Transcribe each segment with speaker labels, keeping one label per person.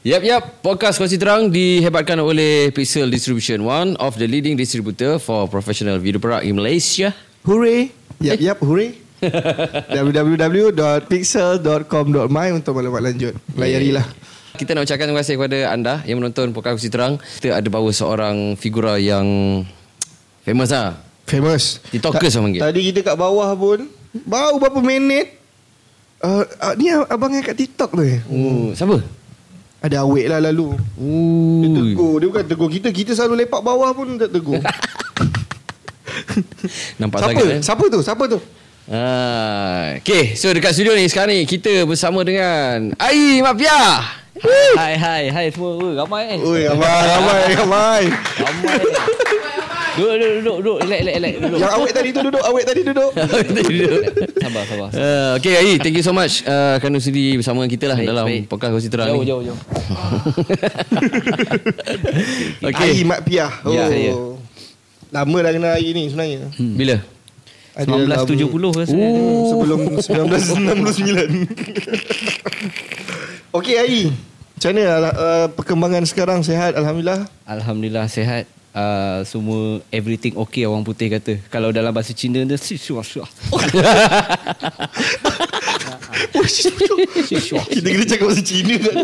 Speaker 1: Yap yap, podcast Kongsi Terang dihebatkan oleh Pixel Distribution, one of the leading distributor for professional video product in Malaysia.
Speaker 2: Hooray. Eh. Yap, yap, hooray. www.pixel.com.my untuk maklumat lanjut. lah. Layarilah.
Speaker 1: Kita nak ucapkan terima kasih kepada anda yang menonton podcast Kongsi Terang. Kita ada bawa seorang figura yang famous lah.
Speaker 2: Famous.
Speaker 1: TikTokers orang lah panggil.
Speaker 2: Ta- Tadi kita kat bawah pun, baru berapa minit. Uh, uh, ni abang yang kat TikTok tu. eh?
Speaker 1: Oh, siapa?
Speaker 2: Ada awet lah lalu. Dia
Speaker 1: Ooh.
Speaker 2: tegur. Dia bukan tegur kita. Kita selalu lepak bawah pun tak tegur.
Speaker 1: Nampak
Speaker 2: Siapa?
Speaker 1: sangat eh?
Speaker 2: Siapa tu? Siapa tu?
Speaker 1: Ah, okay, so dekat studio ni sekarang ni kita bersama dengan Ai Mafia.
Speaker 3: Hai hai hai semua Ui, ramai eh.
Speaker 2: Oi, ramai, ramai, ramai.
Speaker 3: Ramai. duduk duduk duduk duduk relax relax relax duduk.
Speaker 2: Yang awet tadi tu duduk, awet tadi duduk.
Speaker 1: Ah,
Speaker 3: Sabar sabar.
Speaker 1: Uh, okay Ai, thank you so much uh, kerana sudi bersama kita lah
Speaker 3: Baik,
Speaker 1: dalam
Speaker 3: baik.
Speaker 1: podcast Kongsi Terang
Speaker 3: Jauh
Speaker 1: ni.
Speaker 3: jauh jauh.
Speaker 1: okay.
Speaker 2: Air Mat Piah. Oh.
Speaker 3: Ya, saya.
Speaker 2: Lama dah kenal air ni sebenarnya.
Speaker 1: Hmm. Bila?
Speaker 2: Ada
Speaker 3: 1970 ke sebenarnya.
Speaker 2: dalam- Sebelum 1969. Okey Air. Macam mana uh, perkembangan sekarang sihat Alhamdulillah?
Speaker 3: Alhamdulillah sihat. Uh, semua everything okay orang putih kata. Kalau dalam bahasa Cina dia si syuah syuah.
Speaker 2: Kita kena cakap bahasa Cina kan?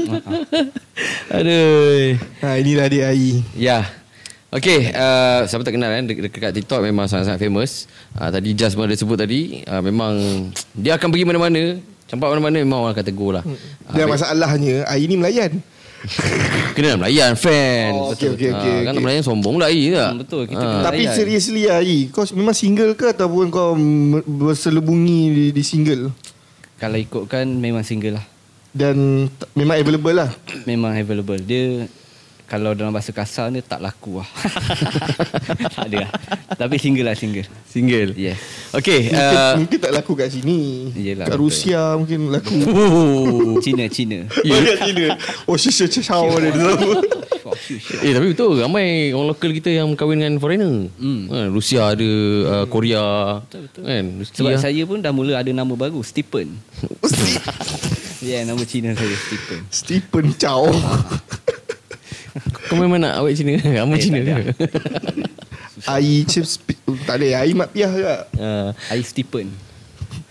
Speaker 1: Aduh.
Speaker 2: ha, inilah dia Air.
Speaker 1: Ya. Okay, uh, siapa tak kenal kan de- de- dekat TikTok memang sangat-sangat famous. Uh, tadi Jas pun ada sebut tadi, uh, memang dia akan pergi mana-mana, campak mana-mana memang orang akan tegur lah.
Speaker 3: Hmm.
Speaker 2: Dan masalahnya Air ni Melayan.
Speaker 1: Kena Melayan fan.
Speaker 2: Oh, okey, okey,
Speaker 1: Ah,
Speaker 2: okey,
Speaker 1: Kan
Speaker 2: okey.
Speaker 1: Melayan sombong lah Ai tak?
Speaker 3: Hmm, betul, kita
Speaker 1: Ah.
Speaker 3: kena
Speaker 2: Tapi
Speaker 3: Melayan.
Speaker 2: seriously Air, kau memang single ke ataupun kau m- berselubungi di, di single?
Speaker 3: Kalau ikutkan memang single lah.
Speaker 2: Dan t- memang available lah.
Speaker 3: Memang available. Dia kalau dalam bahasa kasar dia tak laku lah. tak ada lah. Tapi single lah single.
Speaker 1: Single.
Speaker 3: Yes.
Speaker 1: Okay.
Speaker 2: Mungkin,
Speaker 1: Uh,
Speaker 2: mungkin tak laku kat sini.
Speaker 3: Eh, Yelah,
Speaker 2: kat
Speaker 3: betul.
Speaker 2: Rusia mungkin laku.
Speaker 1: uh,
Speaker 3: Cina Cina.
Speaker 2: Oh, kat China. Oh, syu syu syu syu
Speaker 3: Ya.
Speaker 2: dia tu.
Speaker 3: Syuah, syuah, syuah.
Speaker 1: Eh tapi betul ramai orang lokal kita yang kahwin dengan foreigner. Hmm. Kan, Rusia ada, uh, Korea. Betul, betul. Kan, Rusia.
Speaker 2: Ya.
Speaker 3: Sebab saya pun dah mula ada nama baru, Stephen. Ya, yeah, nama Cina saya Stephen.
Speaker 2: Stephen Chow.
Speaker 1: Kau memang nak awet Cina ke? Ramai
Speaker 3: Eh,
Speaker 1: Cina
Speaker 3: tak
Speaker 1: ke?
Speaker 3: ada.
Speaker 2: Ai chips tak ada ai mat piah juga.
Speaker 1: Ah,
Speaker 3: Ai Stephen.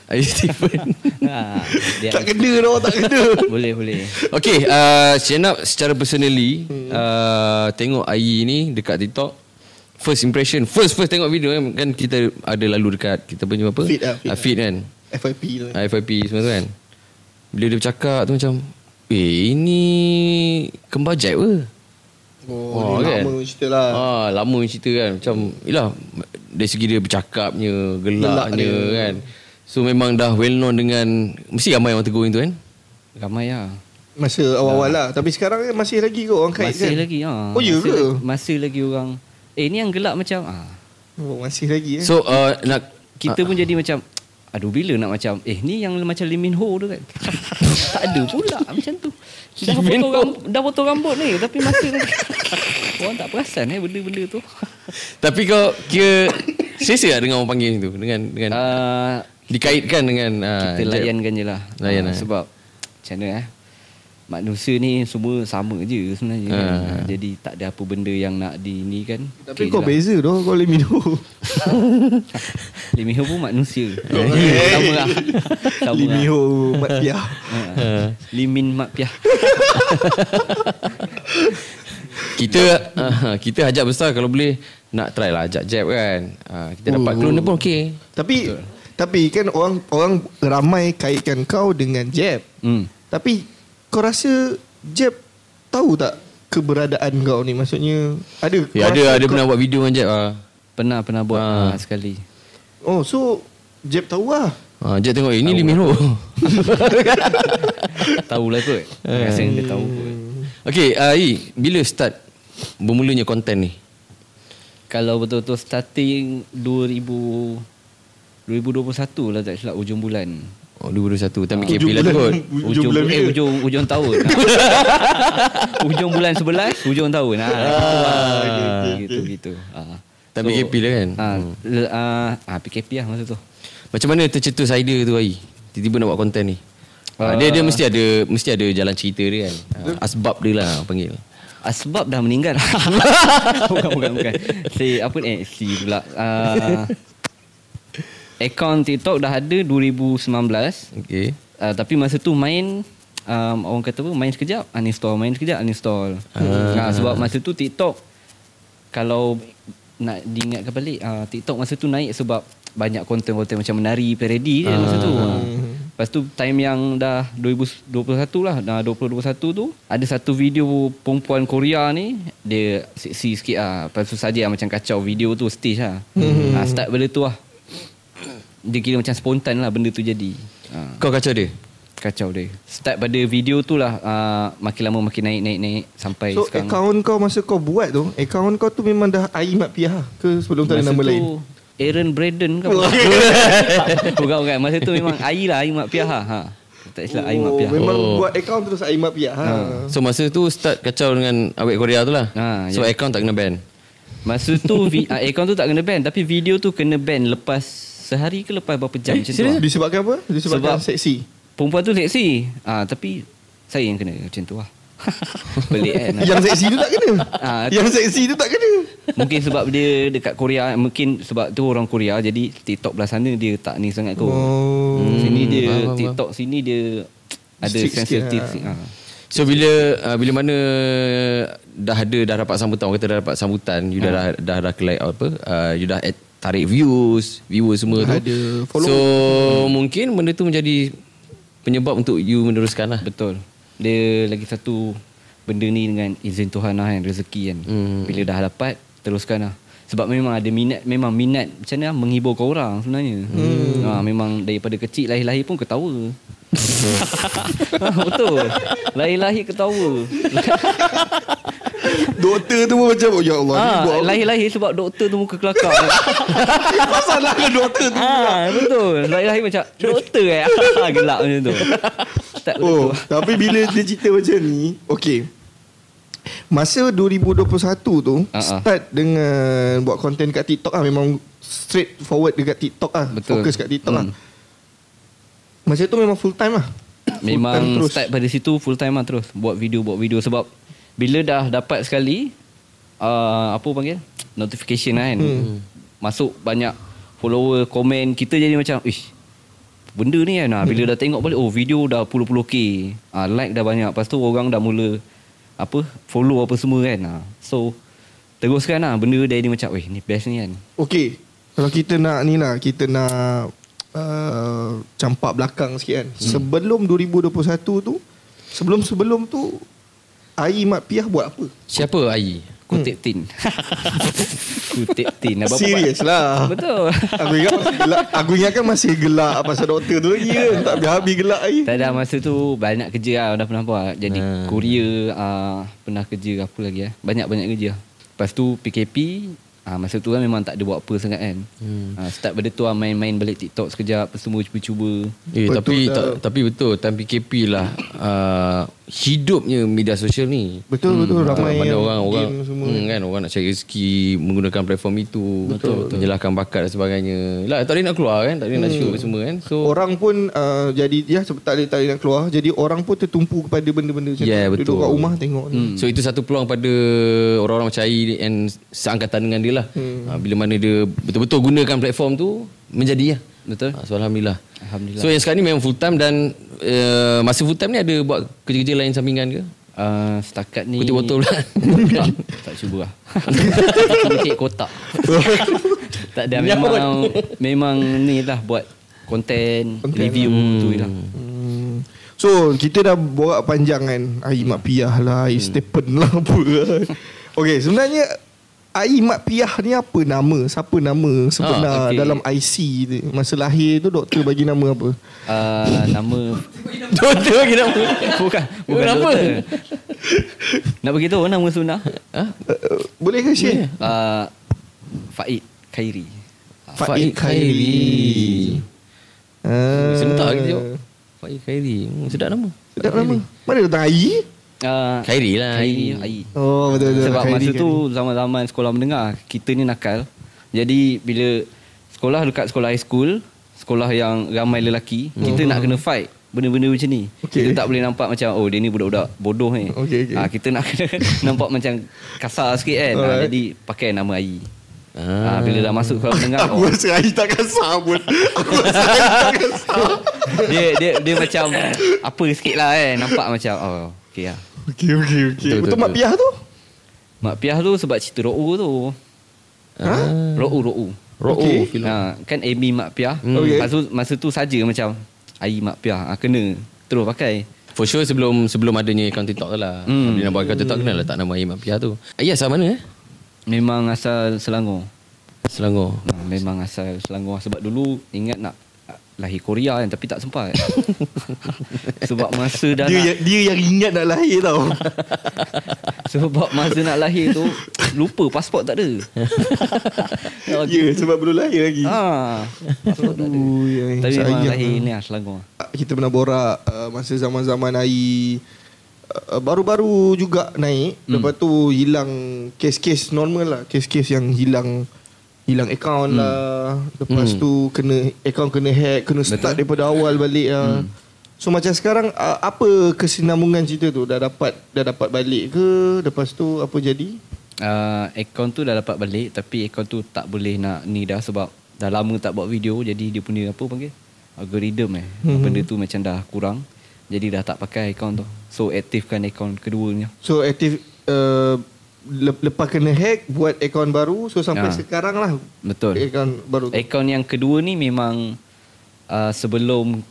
Speaker 1: Air Stephen.
Speaker 3: Ha, dia
Speaker 2: Tak kena tau, tak kena.
Speaker 3: boleh boleh.
Speaker 1: okay, uh, Shenab secara personally, uh, tengok AI ni dekat TikTok. First impression, first first tengok video kan, kan kita ada lalu dekat kita punya apa?
Speaker 2: Feed lah, feed.
Speaker 1: Ah, feed kan.
Speaker 2: FYP tu.
Speaker 3: Ah.
Speaker 1: FIP semua tu kan Bila dia bercakap tu macam Eh ini Kembar Jack ke
Speaker 2: Oh, dia lama cerita lah.
Speaker 1: kan? ah, Lama punya cerita kan Macam Yelah Dari segi dia bercakapnya Gelaknya
Speaker 2: Gelak dia.
Speaker 1: kan So memang dah well known dengan Mesti ramai orang tegur yang tu kan
Speaker 3: Ramai lah.
Speaker 2: Masa awal-awal lah. Tapi sekarang kan masih lagi kot orang kait
Speaker 3: Masih
Speaker 2: kan?
Speaker 3: lagi ha.
Speaker 2: Oh, ya
Speaker 3: Masih
Speaker 2: ke?
Speaker 3: lagi- Masih lagi orang. Eh, ni yang gelap macam ah.
Speaker 2: Oh, masih lagi eh.
Speaker 1: So uh, nak
Speaker 3: Kita
Speaker 2: Ah.
Speaker 3: pun jadi macam Aduh bila nak macam Eh ni yang macam Lee Min Ho tu kan Tak ada pula macam tu Dah
Speaker 1: Lee Min
Speaker 3: potong,
Speaker 1: Ho.
Speaker 3: rambut, dah potong rambut ni Tapi masih lagi Orang tak perasan eh benda-benda tu
Speaker 1: Tapi kau kira Selesa lah dengan orang panggil macam tu Dengan,
Speaker 2: Kan?
Speaker 1: dengan uh,
Speaker 3: uh,
Speaker 1: Dikaitkan dengan uh,
Speaker 3: Kita layankan je lah
Speaker 1: Layan,
Speaker 3: Ah,
Speaker 1: eh.
Speaker 3: Sebab Macam mana eh Manusia ni semua sama je sebenarnya
Speaker 1: Ah.
Speaker 3: kan. Ah, Jadi tak ada apa benda yang nak di ni kan
Speaker 2: Tapi
Speaker 3: Okey
Speaker 2: kau
Speaker 3: je lah.
Speaker 2: beza tu, kau Limino.
Speaker 3: Lee Min Ho pun manusia
Speaker 2: Hey.
Speaker 3: Sama lah Sama lah
Speaker 2: Limino, mat piah.
Speaker 3: Ah. Lee Min Mat Piah
Speaker 1: Kita uh, kita ajak besar kalau boleh nak try lah ajak jab kan. Uh, kita dapat
Speaker 2: Oh.
Speaker 1: clone dia pun okey.
Speaker 2: Tapi tapi kan orang orang ramai kaitkan kau dengan Jeb.
Speaker 3: hmm.
Speaker 2: Tapi kau rasa Jeb tahu tak keberadaan kau ni? Maksudnya ada
Speaker 1: Ya
Speaker 2: kau
Speaker 1: ada
Speaker 2: rasa
Speaker 1: ada
Speaker 2: kau-
Speaker 1: pernah buat video dengan jab ah.
Speaker 3: Pernah pernah buat
Speaker 1: Ah.
Speaker 3: ah. sekali.
Speaker 2: Oh, so Jeb tahu lah.
Speaker 1: Uh, jab tengok ini Lee Min Ho.
Speaker 3: tahu lah kot. Rasa dia tahu kot.
Speaker 1: okey, uh, Yi, bila start bermulanya konten ni?
Speaker 3: Kalau betul-betul starting 2000 2021 lah tak silap ujung bulan.
Speaker 1: Oh 2021 time PKP
Speaker 2: Hujung
Speaker 1: lah tu
Speaker 2: bulan.
Speaker 1: kot.
Speaker 2: Ujung bulan
Speaker 3: eh,
Speaker 2: bila?
Speaker 3: ujung ujung tahun. ujung bulan 11, ujung tahun. Ha. gitu gitu. Ha.
Speaker 1: Time PKP lah kan.
Speaker 3: Ha, le- ah, ah, PKP lah masa tu.
Speaker 1: Macam mana tercetus idea tu Yi? Tiba-tiba nak buat konten ni. Uh, dia dia mesti ada mesti ada jalan cerita dia kan. Uh, asbab dia lah orang panggil.
Speaker 3: Ah, sebab dah meninggal. bukan, bukan, bukan. Si, apa ni? Eh, si pula. Uh, account TikTok dah ada 2019.
Speaker 1: Okey.
Speaker 3: Uh, tapi masa tu main, um, orang kata apa, main sekejap, uninstall. Main sekejap, uninstall. Ah. sebab masa tu TikTok, kalau nak diingatkan balik, uh, TikTok masa tu naik sebab banyak konten-konten macam menari, parody kan masa tu. Ah. Lepas tu time yang dah 2021 lah Dah 2021 tu Ada satu video perempuan Korea ni Dia seksi sikit lah Lepas tu saja macam kacau video tu stage lah hmm. ha, Start benda tu lah Dia kira macam spontan lah benda tu jadi ha,
Speaker 1: Kau kacau dia.
Speaker 3: Kacau dia Start pada video tu lah uh, Makin lama makin naik naik naik Sampai
Speaker 2: So
Speaker 3: sekarang
Speaker 2: account kau masa kau buat tu Account kau tu memang dah air mat piah Ke sebelum tak ada
Speaker 3: Masa
Speaker 2: nama
Speaker 3: tu,
Speaker 2: lain Oh,
Speaker 3: Aaron Braden ke apa? bukan bukan Masa tu memang Air lah Air Mat Piah lah. ha. Tak silap Air Mat Piah
Speaker 2: Memang
Speaker 1: Oh.
Speaker 2: buat account terus air mat piah ha.
Speaker 1: So masa tu start kacau dengan awet Korea tu lah.
Speaker 3: Ah,
Speaker 1: so
Speaker 3: ya.
Speaker 1: account tak kena ban.
Speaker 3: Masa tu vi- uh, account tu tak kena ban tapi video tu kena ban lepas sehari ke lepas berapa
Speaker 2: Eh,
Speaker 3: jam macam tu. Lah.
Speaker 2: Disebabkan apa? Disebabkan
Speaker 3: Sebab-
Speaker 2: seksi
Speaker 3: Perempuan tu seksi. Ah tapi saya yang kena macam tu lah. Pelik kan.
Speaker 2: Yang seksi tu tak kena
Speaker 3: Ah, tu-
Speaker 2: Yang seksi tu tak kena
Speaker 3: mungkin sebab dia dekat Korea mungkin sebab tu orang Korea jadi TikTok belah sana dia tak ni sangat kot.
Speaker 2: Oh.
Speaker 3: Hmm, sini dia
Speaker 1: Faham, faham,
Speaker 3: TikTok sini dia ada
Speaker 2: Strict sikit
Speaker 3: sensitif.
Speaker 2: lah.
Speaker 3: sikit, ah.
Speaker 1: So bila uh, bila mana dah ada dah dapat sambutan orang kata dah dapat sambutan you dah dah
Speaker 2: Hmm.
Speaker 1: dah, dah collect apa uh, you dah add, tarik views viewer semua tu.
Speaker 2: Ada follow.
Speaker 1: So mungkin benda tu menjadi penyebab untuk you meneruskan lah.
Speaker 3: Betul. Dia lagi satu benda ni dengan izin Tuhan lah kan, rezeki kan. Hmm. Bila dah dapat, teruskan lah. Sebab memang ada minat, memang minat macam mana menghibur kau orang sebenarnya. Hmm. Ha, memang daripada kecil lahir-lahir pun ketawa. ha, betul. Lahir-lahir ketawa.
Speaker 2: Doktor tu pun macam oh, Ya Allah ni buat
Speaker 3: ha,
Speaker 2: apa?
Speaker 3: lahir-lahir sebab doktor tu muka kelakar.
Speaker 2: Masalah ke lah doktor tu
Speaker 3: Ah, betul. Lahir-lahir macam doktor eh. Gelak macam tu. Tak
Speaker 2: Oh,
Speaker 3: betul.
Speaker 2: tapi bila dia cerita macam ni, okey. Masa 2021 tu
Speaker 3: Ah, ah.
Speaker 2: start dengan buat konten kat TikTok ah memang straight forward dekat TikTok ah,
Speaker 3: Betul.
Speaker 2: fokus kat TikTok ah.
Speaker 3: Hmm.
Speaker 2: Masa tu memang full time ah. Full
Speaker 3: Memang
Speaker 2: time terus.
Speaker 3: start pada situ full time lah terus buat video buat video sebab bila dah dapat sekali uh, apa panggil notification lah kan hmm. masuk banyak follower komen kita jadi macam ish benda ni kan ah,
Speaker 2: Hmm.
Speaker 3: bila dah tengok balik oh video dah puluh-puluh k ah, like dah banyak lepas tu orang dah mula apa follow apa semua kan ah. so teruskan lah benda dia ni macam weh ni best ni kan
Speaker 2: Hmm. Okey. Kalau kita nak ni lah Kita nak uh, Campak belakang sikit kan hmm. Sebelum 2021 tu Sebelum-sebelum tu Air Mat Piah buat apa?
Speaker 1: Siapa Ai?
Speaker 3: kutip tin kutip tin Dah berapa-
Speaker 2: Serius lah
Speaker 3: betul
Speaker 2: Aku ingat masih gelak Aku ingatkan masih gelak Pasal doktor tu lagi kan Tak habis-habis gelak air
Speaker 3: Tak ada masa tu banyak kerja lah dah pernah buat. Jadi
Speaker 1: Hmm.
Speaker 3: hmm. Korea uh, pernah kerja apa lagi eh. Banyak-banyak kerja. Lepas tu PKP uh, masa tu kan memang tak ada buat apa sangat kan. Hmm. Uh, start benda tu lah main-main balik TikTok sekejap, lepas tu cuba-cuba.
Speaker 1: Eh,
Speaker 2: Betul
Speaker 1: tapi
Speaker 2: tak?
Speaker 1: tak, tapi betul time PKP lah uh, hidupnya media sosial ni.
Speaker 2: Betul betul
Speaker 1: Ramai
Speaker 2: ramai yang
Speaker 1: pada orang orang
Speaker 2: game semua.
Speaker 1: hmm, kan orang nak cari rezeki menggunakan platform itu betul, betul. menjelahkan bakat dan sebagainya. Lah tak boleh nak keluar kan, tak boleh
Speaker 2: Hmm.
Speaker 1: nak shoot semua kan. So
Speaker 2: Orang pun uh, jadi ya sebab tak boleh tak boleh nak keluar. Jadi orang pun tertumpu kepada benda-benda macam
Speaker 1: Yeah,
Speaker 2: tu. Duduk
Speaker 1: betul.
Speaker 2: kat rumah tengok ni.
Speaker 3: Hmm.
Speaker 1: So itu satu peluang pada orang-orang macam Ai and seangkatan dengan dia lah. Hmm. bila mana dia betul-betul gunakan platform tu menjadi lah.
Speaker 3: Betul?
Speaker 1: Ha, so alhamdulillah.
Speaker 3: Alhamdulillah.
Speaker 1: So yang sekarang ni memang full time dan uh, masa full time ni ada buat kerja-kerja lain sampingan ke?
Speaker 3: Uh, setakat ni
Speaker 1: Kutip botol pula.
Speaker 3: tak, tak cuba lah Kutip kotak Tak ada memang Memang ni lah buat Konten
Speaker 2: Konten
Speaker 3: Review tu je lah
Speaker 2: Hmm. So kita dah borak panjang kan Air Mat Piah lah Air Stephen lah apa kan. Okay sebenarnya Air Mat Piah ni apa nama Siapa nama sebenar
Speaker 3: Ah, okay.
Speaker 2: dalam IC tu Masa lahir tu doktor bagi nama apa
Speaker 3: uh, Nama
Speaker 1: Doktor bagi nama.
Speaker 3: Bukan Bukan
Speaker 1: Kenapa?
Speaker 3: doktor Nak beritahu nama sunnah
Speaker 1: Ha?
Speaker 2: uh, uh, Boleh ke share?
Speaker 3: uh, Faid Khairi
Speaker 2: Faid Khairi. Uh,
Speaker 1: Sentak kita jawab. Faik Khairi. Hmm, sedap nama.
Speaker 2: Sedap nama Mana datang air?
Speaker 3: uh,
Speaker 1: Khairi lah.
Speaker 3: Khairi Ai.
Speaker 2: Oh betul betul
Speaker 3: Sebab
Speaker 2: Khairi,
Speaker 3: masa
Speaker 2: Khairi.
Speaker 3: tu Zaman-zaman sekolah menengah Kita ni nakal Jadi
Speaker 2: Hmm.
Speaker 3: bila Sekolah dekat sekolah high school Sekolah yang ramai lelaki Kita nak kena fight benda-benda macam ni.
Speaker 2: Okey.
Speaker 3: Kita tak boleh nampak macam oh dia ni budak-budak bodoh ni.
Speaker 2: Okey, okey.
Speaker 3: Ah, kita nak kena nampak macam kasar sikit kan. Ah,
Speaker 2: Alright.
Speaker 3: jadi pakai nama AI.
Speaker 1: Ha.
Speaker 3: Ah. bila dah masuk oh, kalau dengar
Speaker 2: Aku rasa Ayi tak kasar pun Aku rasa Ayi tak kasar
Speaker 3: dia dia dia macam apa sikit lah kan. Nampak macam oh okey lah.
Speaker 2: Okay okay okay
Speaker 1: Betul,
Speaker 2: Betul
Speaker 1: betul,
Speaker 2: Mak
Speaker 1: betul.
Speaker 2: Piah tu
Speaker 3: Mak Piah tu sebab cerita Ro'u tu.
Speaker 2: Ha?
Speaker 3: Ro'u Ro'u.
Speaker 1: Ro'o
Speaker 2: Okey. lah.
Speaker 1: film.
Speaker 3: Ha, kan Amy Mak Piah.
Speaker 1: Hmm.
Speaker 2: Okey.
Speaker 3: Okay. Masa, tu- masa tu saja macam air Mak Piah. Ha, kena terus pakai.
Speaker 1: For sure sebelum sebelum adanya akaun TikTok tu lah.
Speaker 3: Hmm.
Speaker 1: Dia nak buat akaun TikTok kena letak lah nama Imam Pia tu. Ya, asal mana eh?
Speaker 3: Memang asal Selangor.
Speaker 1: Selangor.
Speaker 3: Ha, memang asal Selangor sebab dulu ingat nak nak lahir Korea kan tapi tak sempat. sebab masa dah
Speaker 2: dia,
Speaker 3: nak,
Speaker 2: yang- dia yang ingat nak lahir tau
Speaker 3: sebab masa nak lahir tu lupa pasport tak ada.
Speaker 2: Ya yeah, sebab belum lahir lagi
Speaker 3: ha. Pasport tak ada.
Speaker 2: Aduh, yang
Speaker 3: Tapi memang
Speaker 2: Eh, sayang.
Speaker 3: lahir ni lah Selangor.
Speaker 2: Kita pernah borak uh, Masa zaman-zaman Ayi uh, Baru-baru juga naik hmm. Lepas tu hilang Kes-kes normal lah Kes-kes yang hilang Hilang account hmm. lah Lepas hmm. tu kena Account kena hack Kena start Betul. daripada awal balik lah hmm. So macam sekarang uh, Apa kesinambungan cerita tu Dah dapat Dah dapat balik ke Lepas tu apa jadi
Speaker 3: uh, akaun tu dah dapat balik tapi akaun tu tak boleh nak ni dah sebab dah lama tak buat video jadi dia punya apa panggil algorithm eh hmm. benda tu macam dah kurang jadi dah tak pakai akaun tu so aktifkan akaun keduanya
Speaker 2: So aktif uh, le- Lepas kena hack Buat account baru So sampai
Speaker 3: Ah.
Speaker 2: sekarang lah
Speaker 3: Betul.
Speaker 2: Account baru tu.
Speaker 3: akaun yang kedua ni memang uh, sebelum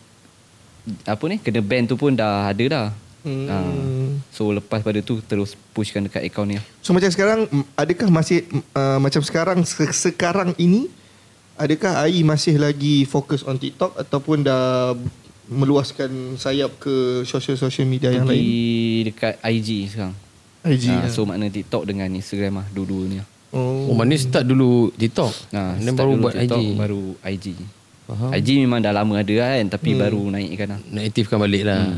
Speaker 3: apa ni kena ban tu pun dah ada dah
Speaker 2: Hmm.
Speaker 3: uh, so lepas pada tu terus pushkan dekat akaun ni lah.
Speaker 2: So macam sekarang m- adakah masih m- uh, macam sekarang se- sekarang ini adakah AI masih lagi fokus on TikTok ataupun dah meluaskan sayap ke social social media yang
Speaker 3: pergi
Speaker 2: lain?
Speaker 3: dekat IG sekarang
Speaker 2: IG. Uh,
Speaker 3: Ah, so makna TikTok dengan Instagram lah dua-dua ni lah.
Speaker 2: oh.
Speaker 1: Oh, mana start dulu TikTok.
Speaker 3: Nah,
Speaker 1: Dan baru buat
Speaker 3: TikTok,
Speaker 1: IG.
Speaker 3: Baru IG.
Speaker 1: Faham.
Speaker 3: IG memang dah lama ada kan tapi hmm. baru naikkan lah.
Speaker 1: Nak aktifkan balik lah.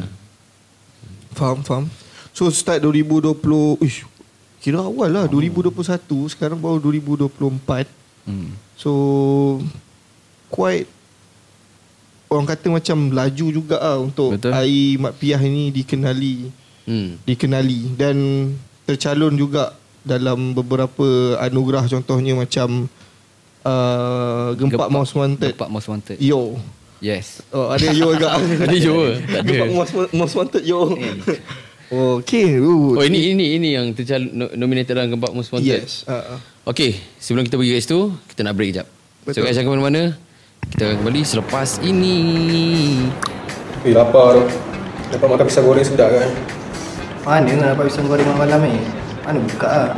Speaker 2: Faham faham. So start 2020 ish kira awal lah 2021 sekarang baru 2024.
Speaker 3: Hmm.
Speaker 2: So quite orang kata macam laju juga lah untuk
Speaker 3: Betul.
Speaker 2: AI Mat Piah ini dikenali
Speaker 1: Hmm.
Speaker 2: dikenali dan tercalon juga dalam beberapa anugerah contohnya macam uh, Gempak,
Speaker 3: Gempak-
Speaker 2: Most Wanted
Speaker 3: Dapat most wanted.
Speaker 2: Yo
Speaker 3: Yes.
Speaker 2: oh, ada Yo juga
Speaker 1: Ada yo ke? Tak ada. Hmm.
Speaker 2: Gempak Most, Most Wanted Yo oh, okay Ooh.
Speaker 1: Oh, ini ini ini yang tercal no- nominated dalam Gempak Most Wanted.
Speaker 2: yes uh, uh.
Speaker 1: Okay, sebelum kita pergi kat situ, kita nak break kejap. So
Speaker 2: Betul.
Speaker 1: guys, jangan ke mana-mana. Kita akan kembali selepas ini.
Speaker 4: Eh, lapar tu. Dapat makan pisang goreng sedap kan?
Speaker 5: Mana nak dapat pisang goreng malam ni? Mana buka ah?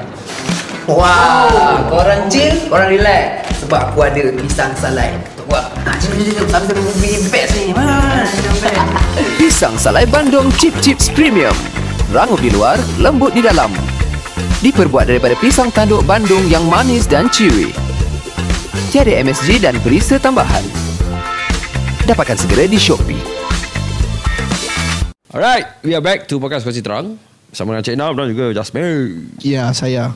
Speaker 5: Wah, korang chill, korang relax. Sebab aku ada pisang salai. Wah, jom jom jom sambil movie best ni. Ha,
Speaker 6: Pisang Salai Bandung Chip Chips Premium. Rangup di luar, lembut di dalam. Diperbuat daripada pisang tanduk Bandung yang manis dan chewy. Tiada MSG dan berisa tambahan. Dapatkan segera di Shopee.
Speaker 1: Alright, we are back to Podcast Kongsi Terang. Sama dengan Cik Nam dan juga Jasmine.
Speaker 2: ya saya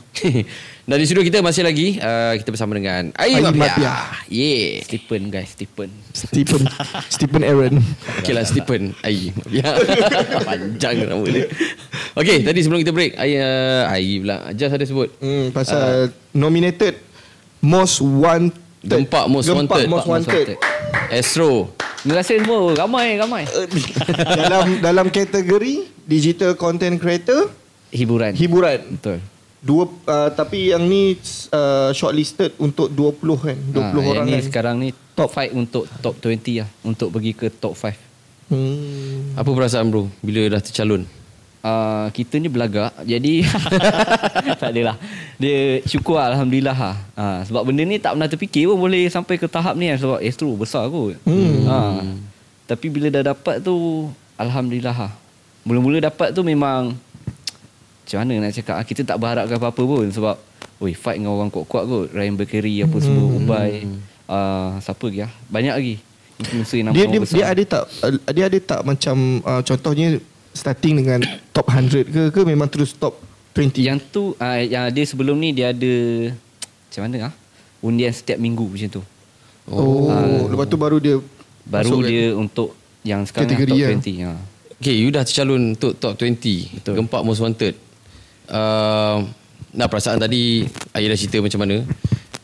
Speaker 1: dan di studio kita masih lagi, uh, kita bersama dengan Ayi
Speaker 2: Ayi
Speaker 1: Mapia.
Speaker 2: Mapia.
Speaker 1: Yeah.
Speaker 3: Stephen guys, Stephen.
Speaker 2: Stephen Stephen Aaron
Speaker 1: Okay lah Stephen Ayi Mapia. Panjang nama dia. Okay, tadi sebelum kita break, Ayi, uh, Ayi pula. Jas ada sebut.
Speaker 2: hmm, pasal uh, nominated Most Wanted
Speaker 1: Gempak Most Wanted.
Speaker 2: Gempak Most Wanted
Speaker 1: Astro.
Speaker 3: Terima kasih semua. Ramai, ramai.
Speaker 2: dalam dalam kategori digital content creator
Speaker 3: Hiburan.
Speaker 2: hiburan
Speaker 3: Betul.
Speaker 2: dua uh, tapi yang ni uh, shortlisted untuk 20 kan 20
Speaker 3: Ah, yang
Speaker 2: orang
Speaker 3: ni
Speaker 2: kan
Speaker 3: sekarang ni top 5 untuk top 20 lah. Untuk pergi ke top 5.
Speaker 2: hmm.
Speaker 1: Apa perasaan bro bila dah tercalon?
Speaker 3: Uh, kita ni belagak Jadi Tak adalah Dia syukur Alhamdulillah lah. uh, Sebab benda ni tak pernah terfikir pun Boleh sampai ke tahap ni kan Sebab Astro besar kot hmm. uh, Tapi bila dah dapat tu Alhamdulillah lah. Mula-mula dapat tu memang Macam mana nak cakap ah, Kita tak berharapkan apa-apa pun Sebab Oi fight dengan orang kuat-kuat kot Ryan Bakery Apa semua
Speaker 2: Hmm.
Speaker 3: Ubay uh, Siapa lagi lah Banyak lagi Influencer yang
Speaker 2: dia
Speaker 3: nama
Speaker 2: dia,
Speaker 3: besar
Speaker 2: dia ada tak uh, dia ada tak macam uh, contohnya starting dengan top 100 ke ke memang terus top 20
Speaker 3: Yang tu uh, yang ada sebelum ni dia ada macam mana ah? Undian setiap minggu macam tu. Ah,
Speaker 2: oh, lepas tu baru dia masuk
Speaker 3: Baru dia untuk yang sekarang
Speaker 2: Kategori ya?
Speaker 3: Kategori top
Speaker 2: yang-
Speaker 3: 20. Ha.
Speaker 1: Okay, you dah tercalon untuk top 20. Betul. Gempak Most Wanted. Uh, nah, perasaan tadi Ayah dah cerita macam mana.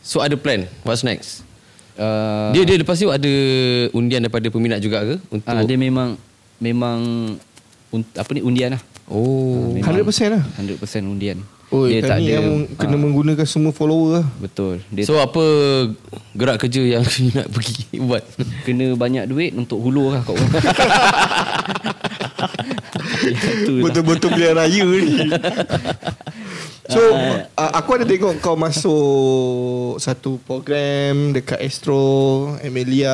Speaker 1: So, ada plan. What's next?
Speaker 3: Uh,
Speaker 1: Dia dia lepas tu ada undian daripada peminat juga ke? Untuk...
Speaker 3: ah, dia memang memang un, apa ni undian lah.
Speaker 1: Oh.
Speaker 3: Memang
Speaker 2: 100% lah.
Speaker 3: 100% undian.
Speaker 2: Oh, dia tak ada yang kena
Speaker 3: ah,
Speaker 2: menggunakan semua follower lah.
Speaker 3: betul. Dia
Speaker 1: So, apa gerak kerja yang you nak pergi buat?
Speaker 3: Kena banyak duit untuk hulu lah kat orang.
Speaker 1: lah.
Speaker 3: Betul.
Speaker 2: Betul-betul pilihan raya ni. So uh, aku ada tengok kau masuk satu program dekat Astro, Amelia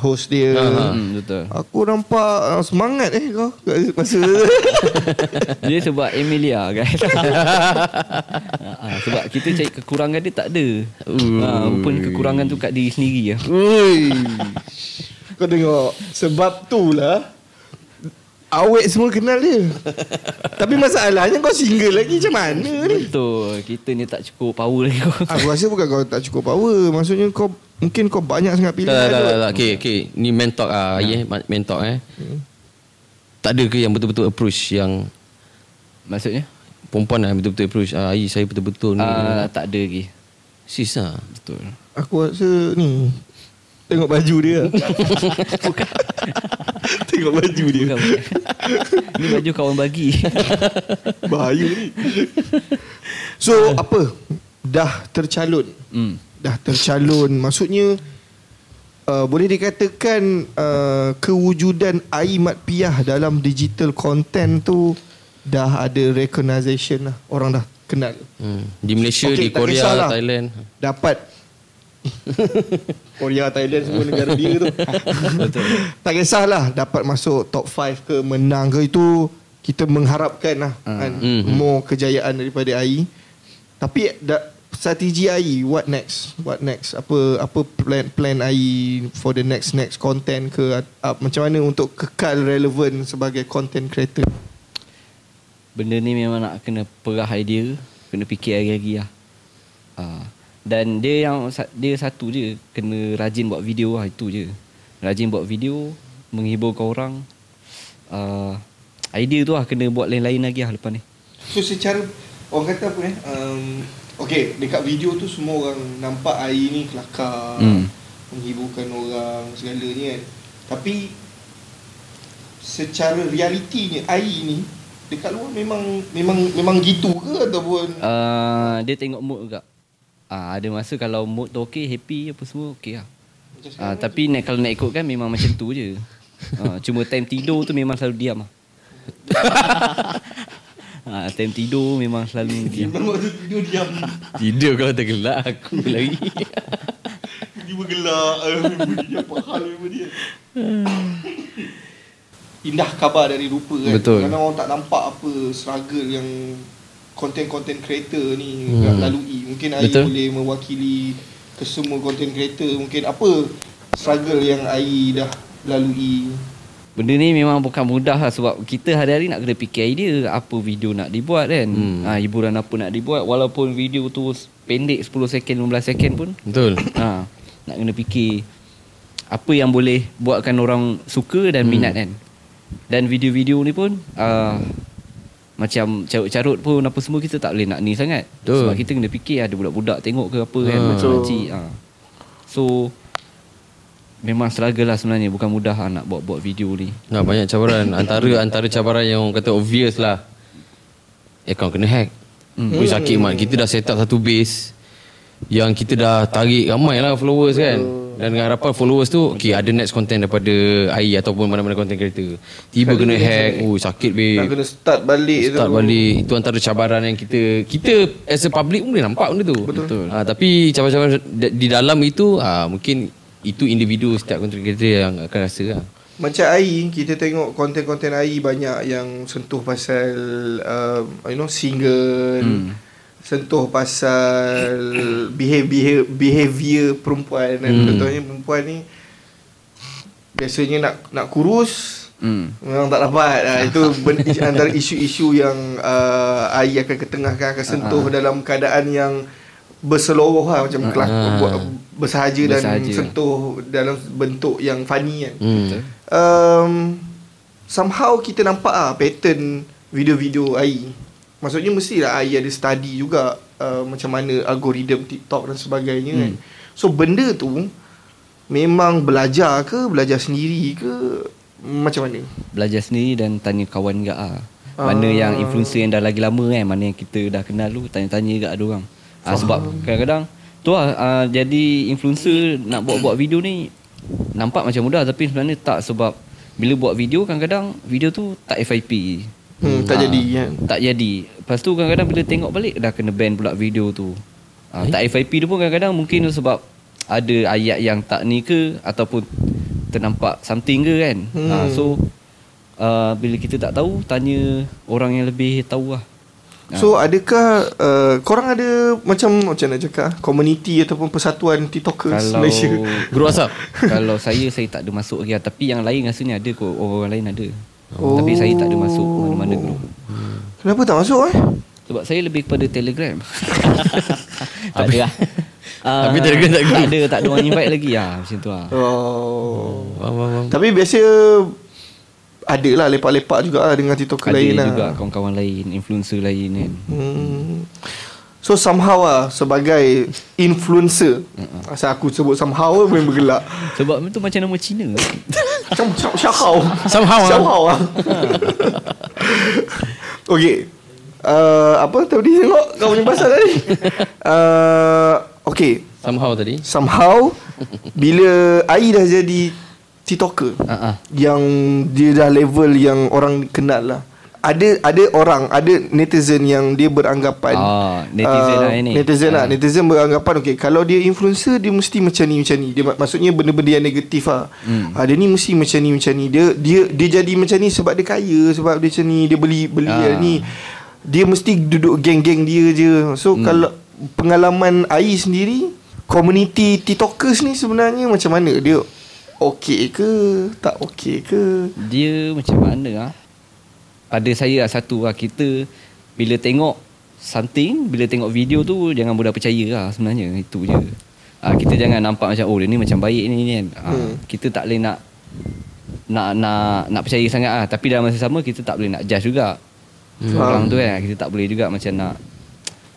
Speaker 2: host dia.
Speaker 1: Ha,
Speaker 3: Hmm, betul.
Speaker 2: Aku nampak uh, semangat eh kau kat masa
Speaker 3: Dia sebab Emilia guys. Ah, ah, sebab kita cari kekurangan dia tak ada. Ah, rupanya kekurangan tu kat diri sendiri lah.
Speaker 2: Ui. Kau tengok sebab tu lah awek semua kenal dia. Tapi masalahnya kau single lagi macam mana ni?
Speaker 3: Betul. Kita ni tak cukup power lagi.
Speaker 2: Aku rasa bukan kau tak cukup power Maksudnya kau Mungkin kau banyak
Speaker 1: Tak, tak,
Speaker 2: sangat
Speaker 1: tak,
Speaker 2: pilihan tu.
Speaker 1: tak, tak. Okay, okay. Ni men talk ah, yeah, men talk eh. Tak ada ke yang betul-betul approach yang
Speaker 3: Maksudnya?
Speaker 1: perempuan lah yang betul-betul approach. Ah, Ayah saya betul-betul ni.
Speaker 3: Ah, tak ada lagi.
Speaker 1: Sis lah.
Speaker 3: Betul.
Speaker 2: Aku rasa ni Tengok baju dia Tengok baju dia
Speaker 3: Bukan, bukan. Ni baju kawan bagi.
Speaker 2: Bahaya ni So apa Dah tercalon
Speaker 3: Hmm.
Speaker 2: Dah tercalon Maksudnya uh, Boleh dikatakan uh, Kewujudan Aimat Piah Dalam digital content tu Dah ada recognition lah Orang dah kenal
Speaker 1: Hmm. Di Malaysia, di
Speaker 2: Okey, tak
Speaker 1: Korea,
Speaker 2: kisahlah.
Speaker 1: Thailand.
Speaker 2: Dapat Korea, Thailand semua negara dia tu Tak kisahlah Dapat masuk top 5 ke Menang ke itu Kita mengharapkan lah kan,
Speaker 1: Mm-mm.
Speaker 2: More kejayaan daripada AI Tapi da, Strategi AI What next What next Apa apa plan plan AI For the next next content ke uh, Macam mana untuk kekal relevan Sebagai content creator
Speaker 3: Benda ni memang nak kena perah idea, kena fikir hari-hari lah. Ah. Dan dia yang sa- dia satu je, kena rajin buat video lah itu je. Rajin buat video, menghibur kau orang. Ah, idea tu lah kena buat lain-lain lagi lah lepas ni.
Speaker 2: So secara Orang kata apa eh um, Okay Dekat video tu semua orang Nampak air ni kelakar
Speaker 3: Hmm.
Speaker 2: Menghiburkan orang Segalanya kan Tapi Secara realitinya air ni Dekat luar memang Memang memang gitu ke Ataupun
Speaker 3: Ah, dia tengok mood juga. Ah, ada masa kalau mood tu okey, happy apa semua okey lah.
Speaker 2: Macam
Speaker 3: Ah, tapi nak, kalau nak ikutkan memang macam tu je. Ah, cuma time tidur tu memang selalu diam lah. ah, time tidur memang selalu diam.
Speaker 2: Memang waktu tidur diam
Speaker 1: Tidur kalau tergelak aku lagi.
Speaker 2: Dia bergelak Dia pahal memang dia Hmm. Indah kabar dari rupa kan
Speaker 3: Betul.
Speaker 2: Kadang orang tak nampak apa Struggle yang Content-content creator ni hmm. Lalui Mungkin Ai
Speaker 1: Betul.
Speaker 2: boleh mewakili Kesemua content creator Mungkin apa Struggle yang Ai dah Lalui
Speaker 3: Benda ni memang bukan mudah lah sebab kita hari-hari nak kena fikir idea apa video nak dibuat kan.
Speaker 1: Hmm.
Speaker 3: Ah, hiburan apa nak dibuat walaupun video tu pendek 10 second 15 second pun
Speaker 1: Betul.
Speaker 3: ha, nak kena fikir apa yang boleh buatkan orang suka dan minat kan. Dan video-video ni pun uh, macam carut-carut pun apa semua kita tak boleh nak ni sangat.
Speaker 1: Betul.
Speaker 3: Sebab kita kena fikir ada budak-budak tengok ke apa kan
Speaker 1: Ha.
Speaker 3: macam makcik. Ha. So memang struggle lah sebenarnya bukan mudah lah nak buat-buat video ni.
Speaker 1: Nah, banyak cabaran. Antara antara cabaran yang orang kata obvious lah. Account kena hack. Hmm. Ui, sakit mat. Kita dah set up satu base yang kita dah tarik ramai lah followers kan. Dan dengan harapan followers tu okay, ada next content daripada AI ataupun mana-mana content creator. Tiba kena hack. Ui, sakit
Speaker 2: Nak
Speaker 1: babe.
Speaker 2: kena start balik
Speaker 1: Eh. Start balik Itu antara cabaran yang kita Kita as a public pun boleh nampak benda tu Betul ha, Tapi cabaran-cabaran di- Di dalam itu ha, Mungkin Itu individu setiap content creator yang akan rasa lah.
Speaker 2: Macam AI kita tengok konten-konten AI banyak yang sentuh pasal um, you know single hmm. sentuh pasal behavior behavior perempuan dan contohnya perempuan ni biasanya nak nak kurus
Speaker 3: Hmm.
Speaker 2: memang tak dapat ha, itu ben- is- antara isu-isu yang uh, AI Ah. akan ketengahkan akan sentuh dalam keadaan yang berseluruh lah macam kelak buat bersahaja, Ah. bersahaja dan
Speaker 3: Bersahaja.
Speaker 2: sentuh dalam bentuk yang funny kan.
Speaker 1: Hmm.
Speaker 2: Um, somehow kita nampak ah pattern video-video AI. Maksudnya mestilah AI ada study juga uh, macam mana algoritma TikTok dan sebagainya hmm. kan. So benda tu memang belajar ke belajar sendiri ke macam mana?
Speaker 3: Belajar sendiri dan tanya kawan juga ah. Mana yang influencer yang dah lagi lama kan, mana yang kita dah kenal tu, tanya-tanya juga ada orang. Ah, sebab kadang-kadang tu lah ah, jadi influencer nak buat-buat video ni nampak macam mudah tapi sebenarnya tak sebab bila buat video kadang-kadang video tu tak FYP.
Speaker 2: Hmm, tak jadi kan.
Speaker 3: Tak jadi. Lepas tu kadang-kadang bila tengok balik dah kena ban pula video tu.
Speaker 1: Eh?
Speaker 3: Ha, tak FYP tu pun kadang-kadang mungkin tu sebab ada ayat yang tak ni ke ataupun ternampak something ke kan. Hmm. Ha, so uh, bila kita tak tahu tanya orang yang lebih tahu lah.
Speaker 2: So adakah uh, korang ada macam macam nak cakap ah, community ataupun persatuan TikTokers
Speaker 3: Kalau
Speaker 2: Malaysia?
Speaker 1: Guru WhatsApp.
Speaker 3: kalau saya saya tak ada masuk lagi lah. tapi yang lain rasanya ada kot orang lain ada. Oh. Tapi saya tak ada masuk mana-mana grup.
Speaker 2: Kenapa tak masuk eh?
Speaker 3: Sebab saya lebih kepada Telegram. tak
Speaker 1: Tapi-
Speaker 3: ada lah. Ah,
Speaker 1: Tapi Telegram tak group.
Speaker 3: Tak ada, tak ada orang invite lagi lah macam tu lah.
Speaker 2: Oh.
Speaker 1: Faham, faham, faham.
Speaker 2: Tapi biasa ada lah lepak-lepak juga lah dengan TikToker
Speaker 3: Ada
Speaker 2: lain lah.
Speaker 3: juga kawan-kawan lain, influencer lain kan.
Speaker 2: Hmm. So somehow lah sebagai influencer. Asal aku sebut somehow memang bergelak.
Speaker 3: Sebab tu macam nama Cina.
Speaker 2: Macam macam syahau.
Speaker 1: Somehow
Speaker 3: ah.
Speaker 1: lah.
Speaker 2: Syahau lah. okay. Uh, apa tadi tengok kau punya pasal tadi? Uh, okay.
Speaker 1: Somehow tadi.
Speaker 2: Somehow bila AI dah jadi TikToker.
Speaker 3: Ha ah.
Speaker 2: yang dia dah level yang orang kenal lah. Ada ada orang, ada netizen yang dia beranggapan
Speaker 3: Ah, netizen lah ini.
Speaker 2: Netizen lah,
Speaker 3: Ah.
Speaker 2: netizen beranggapan okey kalau dia influencer dia mesti macam ni macam ni. Dia mak- maksudnya benda-benda yang negatif lah. Hmm. Ah, dia ni mesti macam ni macam ni. Dia dia dia jadi macam ni sebab dia kaya, sebab dia macam ni, dia beli beli
Speaker 3: Ah.
Speaker 2: yang ni. Dia mesti duduk geng-geng dia je. So hmm. kalau pengalaman AI sendiri community TikTokers ni sebenarnya macam mana? Dia okey ke tak okey ke?
Speaker 3: Dia macam mana ah? Pada saya lah satu lah kita bila tengok something, bila tengok video tu jangan mudah percaya lah sebenarnya itu je. Ah kita jangan nampak macam oh dia ni macam baik ni ni kan. Ah,
Speaker 2: Hmm.
Speaker 3: kita tak boleh nak nak nak nak percaya sangat ah tapi dalam masa sama kita tak boleh nak judge juga. Hmm. Orang tu kan kita tak boleh juga macam nak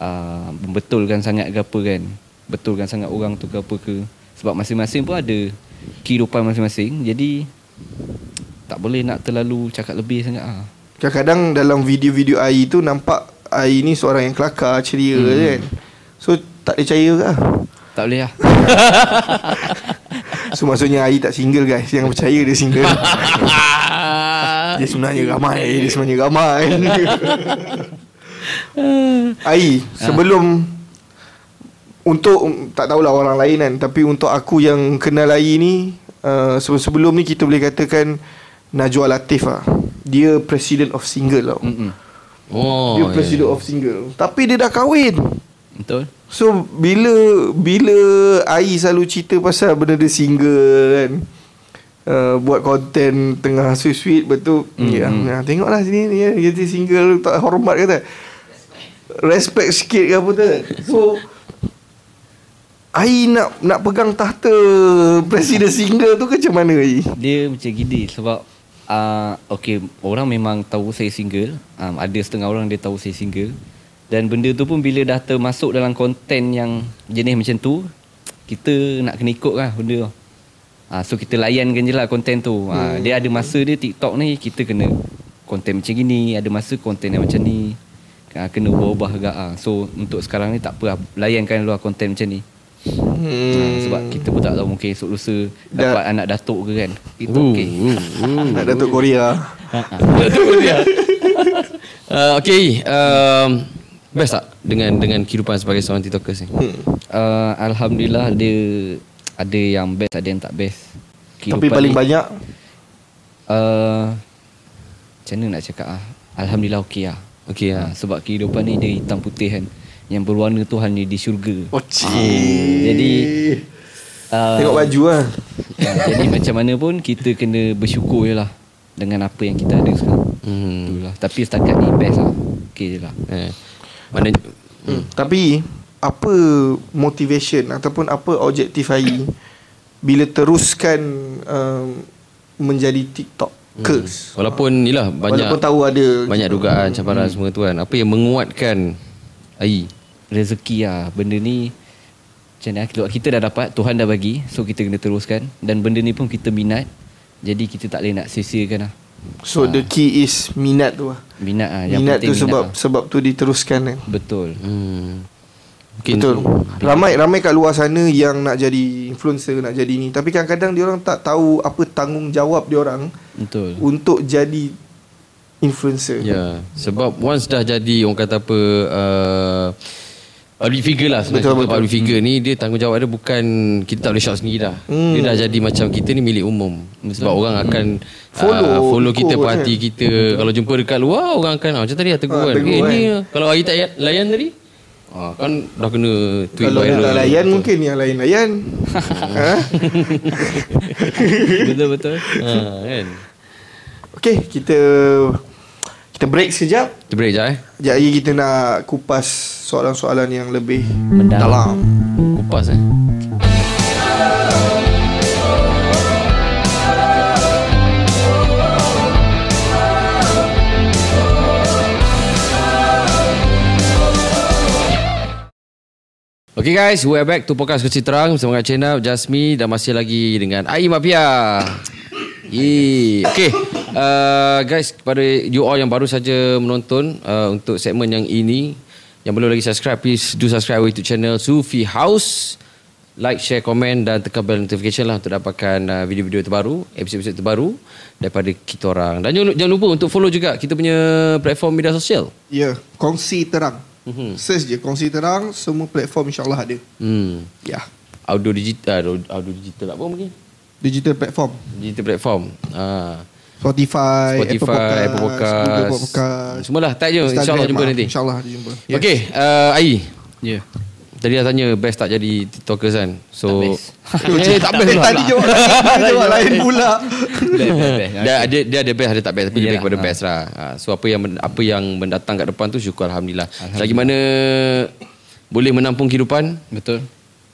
Speaker 3: ah membetulkan sangat ke apa kan. Betulkan sangat orang tu ke apa ke. Sebab masing-masing pun ada kehidupan masing-masing. Jadi tak boleh nak terlalu cakap lebih sangat ah.
Speaker 2: Kadang-kadang dalam video-video AI tu nampak AI ni seorang yang kelakar, ceria hmm. kan. So tak percaya ke lah.
Speaker 3: Tak boleh lah
Speaker 2: So maksudnya AI tak single guys. Yang percaya dia single. dia sebenarnya ramai, dia sebenarnya ramai. AI sebelum untuk um, tak tahulah orang lain kan tapi untuk aku yang kenal AI ni uh, se- sebelum ni kita boleh katakan Najwa Latif ah. Dia president of single tau.
Speaker 3: Hmm.
Speaker 2: Mm-mm.
Speaker 1: Oh.
Speaker 2: Dia president of single Tapi dia dah kahwin
Speaker 3: Betul
Speaker 2: So bila Bila AI selalu cerita pasal Benda dia single kan uh, Buat konten Tengah sweet-sweet Betul mm-hmm. ya, nah, Tengoklah sini ni, ya, Dia single Tak hormat kata Respect sikit ke apa tu So AI nak nak pegang tahta presiden single tu ke macam mana AI?
Speaker 3: Dia macam gini Sebab uh, Okay Orang memang tahu saya single um, Ada setengah orang dia tahu saya single Dan benda tu pun Bila dah termasuk dalam konten yang Jenis macam tu Kita nak kena ikut lah benda tu uh, So kita layankan je lah konten tu uh, Dia ada masa dia TikTok ni Kita kena Konten macam gini Ada masa konten yang macam ni uh, Kena ubah-ubah agak uh. So untuk sekarang ni tak apa lah Layankan luar konten macam ni Hmm. Sebab kita pun tak tahu mungkin esok lusa
Speaker 2: Dah-
Speaker 3: dapat anak datuk ke kan. Kita
Speaker 1: Ooh,
Speaker 3: okey.
Speaker 1: ooh, ooh.
Speaker 2: Nak Hmm, Datuk Korea. ya.
Speaker 1: Uh, okay. Um, best tak dengan dengan kehidupan sebagai seorang TikTokers ni?
Speaker 2: Hmm.
Speaker 3: Uh, Alhamdulillah dia ada yang best ada yang tak best.
Speaker 2: Tapi paling
Speaker 3: ni,
Speaker 2: banyak
Speaker 3: Uh, macam mana nak cakap ah? Alhamdulillah okey lah.
Speaker 1: Okey lah.
Speaker 3: Ah, sebab kehidupan ni dia hitam putih kan. Yang berwarna tu hanya di syurga.
Speaker 2: Oh,
Speaker 3: Ah, jadi uh,
Speaker 2: tengok baju lah.
Speaker 3: Ya, jadi macam mana pun kita kena bersyukur je lah dengan apa yang kita ada sekarang.
Speaker 1: Hmm.
Speaker 3: ah. Itulah. Tapi setakat ni best lah. Okey je lah.
Speaker 1: Eh. Mana
Speaker 2: Hmm. Tapi apa motivation ataupun apa objektif Ayi bila teruskan um, menjadi TikTok
Speaker 1: Hmm.
Speaker 2: curse?
Speaker 1: Walaupun ni lah banyak
Speaker 2: Walaupun tahu Hmm. ada
Speaker 1: banyak dugaan cabaran semua tu kan. Apa yang menguatkan Ai?
Speaker 3: rezeki lah benda ni macam mana kalau kita dah dapat Tuhan dah bagi so kita kena teruskan dan benda ni pun kita minat jadi kita tak boleh nak sia-siakan lah
Speaker 2: So the key is minat tu lah.
Speaker 3: minat
Speaker 1: Ah,
Speaker 3: lah yang
Speaker 2: minat
Speaker 3: penting
Speaker 2: tu sebab
Speaker 3: lah.
Speaker 2: sebab tu diteruskan kan.
Speaker 3: betul
Speaker 1: Hmm. Mungkin
Speaker 2: Betul. Ramai ramai kat luar sana yang nak jadi influencer, nak jadi ni. Tapi kadang-kadang dia orang tak tahu apa tanggungjawab dia orang
Speaker 3: betul
Speaker 2: untuk jadi influencer.
Speaker 1: Ya, yeah. sebab once dah jadi orang kata apa uh, public figure lah sebenarnya.
Speaker 2: Betul,
Speaker 1: Betul,
Speaker 2: betul.
Speaker 1: Public figure ni dia tanggungjawab dia bukan kita tak boleh shout sendiri dah.
Speaker 2: Hmm.
Speaker 1: Dia dah jadi macam kita ni milik umum. Sebab orang akan ah,
Speaker 2: Follow,
Speaker 1: follow kita,
Speaker 2: ikut
Speaker 1: perhati
Speaker 2: kan.
Speaker 1: kita. Kalau jumpa dekat luar orang akan ah, macam tadi lah tegur
Speaker 2: Ah,
Speaker 1: kan.
Speaker 2: tegur
Speaker 1: Eh,
Speaker 2: kan.
Speaker 1: ni lah. kalau hari tak layan tadi ah, kan dah kena tweet
Speaker 2: Kalau
Speaker 1: viral.
Speaker 2: nak layan mungkin yang lain layan. ha?
Speaker 3: betul betul
Speaker 1: Ha, kan.
Speaker 2: Okey, kita kita break sekejap.
Speaker 1: Kita break sekejap eh.
Speaker 2: Sekejap lagi kita nak kupas soalan-soalan yang lebih
Speaker 3: Mendalam.
Speaker 2: mendalam.
Speaker 1: Kupas eh. Okay guys, we're back to Podcast Kecil Terang bersama dengan Chenab, Jasmi dan masih lagi dengan Aim Mafia. Yee. Okay, uh, guys, kepada you all yang baru saja menonton uh, untuk segmen yang ini, yang belum lagi subscribe, please do subscribe our YouTube channel Sufi House. Like, share, komen dan tekan bell notification lah untuk dapatkan uh, video-video terbaru, episod-episod terbaru daripada kita orang. Dan jangan, jangan lupa untuk follow juga kita punya platform media sosial.
Speaker 2: Ya, kongsi terang.
Speaker 1: Mhm.
Speaker 2: Search je kongsi terang semua platform insyaallah ada.
Speaker 1: Hmm.
Speaker 2: Ya.
Speaker 1: Audio digital, audio digital apa mungkin?
Speaker 2: Digital platform.
Speaker 1: digital platform. Ah.
Speaker 2: Spotify,
Speaker 1: Spotify, Apple Podcast,
Speaker 2: Google Podcast.
Speaker 1: Semualah, tag je.
Speaker 2: Instagram,
Speaker 1: InsyaAllah jumpa
Speaker 2: ah.
Speaker 1: nanti.
Speaker 2: InsyaAllah jumpa.
Speaker 1: Yeah. Okay, uh, Ai.
Speaker 3: ya yeah.
Speaker 1: Tadi dah tanya best tak jadi TikTokers kan? So, tak best. eh, tak
Speaker 2: Tak
Speaker 1: best
Speaker 2: best
Speaker 1: pula.
Speaker 2: tadi jawab tadi jawab lain pula.
Speaker 1: Dia, dia, dia ada best ada tak best tapi lebih
Speaker 3: Yelah,
Speaker 1: kepada
Speaker 3: ha.
Speaker 1: best lah. Ha, so apa yang men- apa yang mendatang kat depan tu syukur alhamdulillah. Selagi mana boleh menampung kehidupan
Speaker 3: betul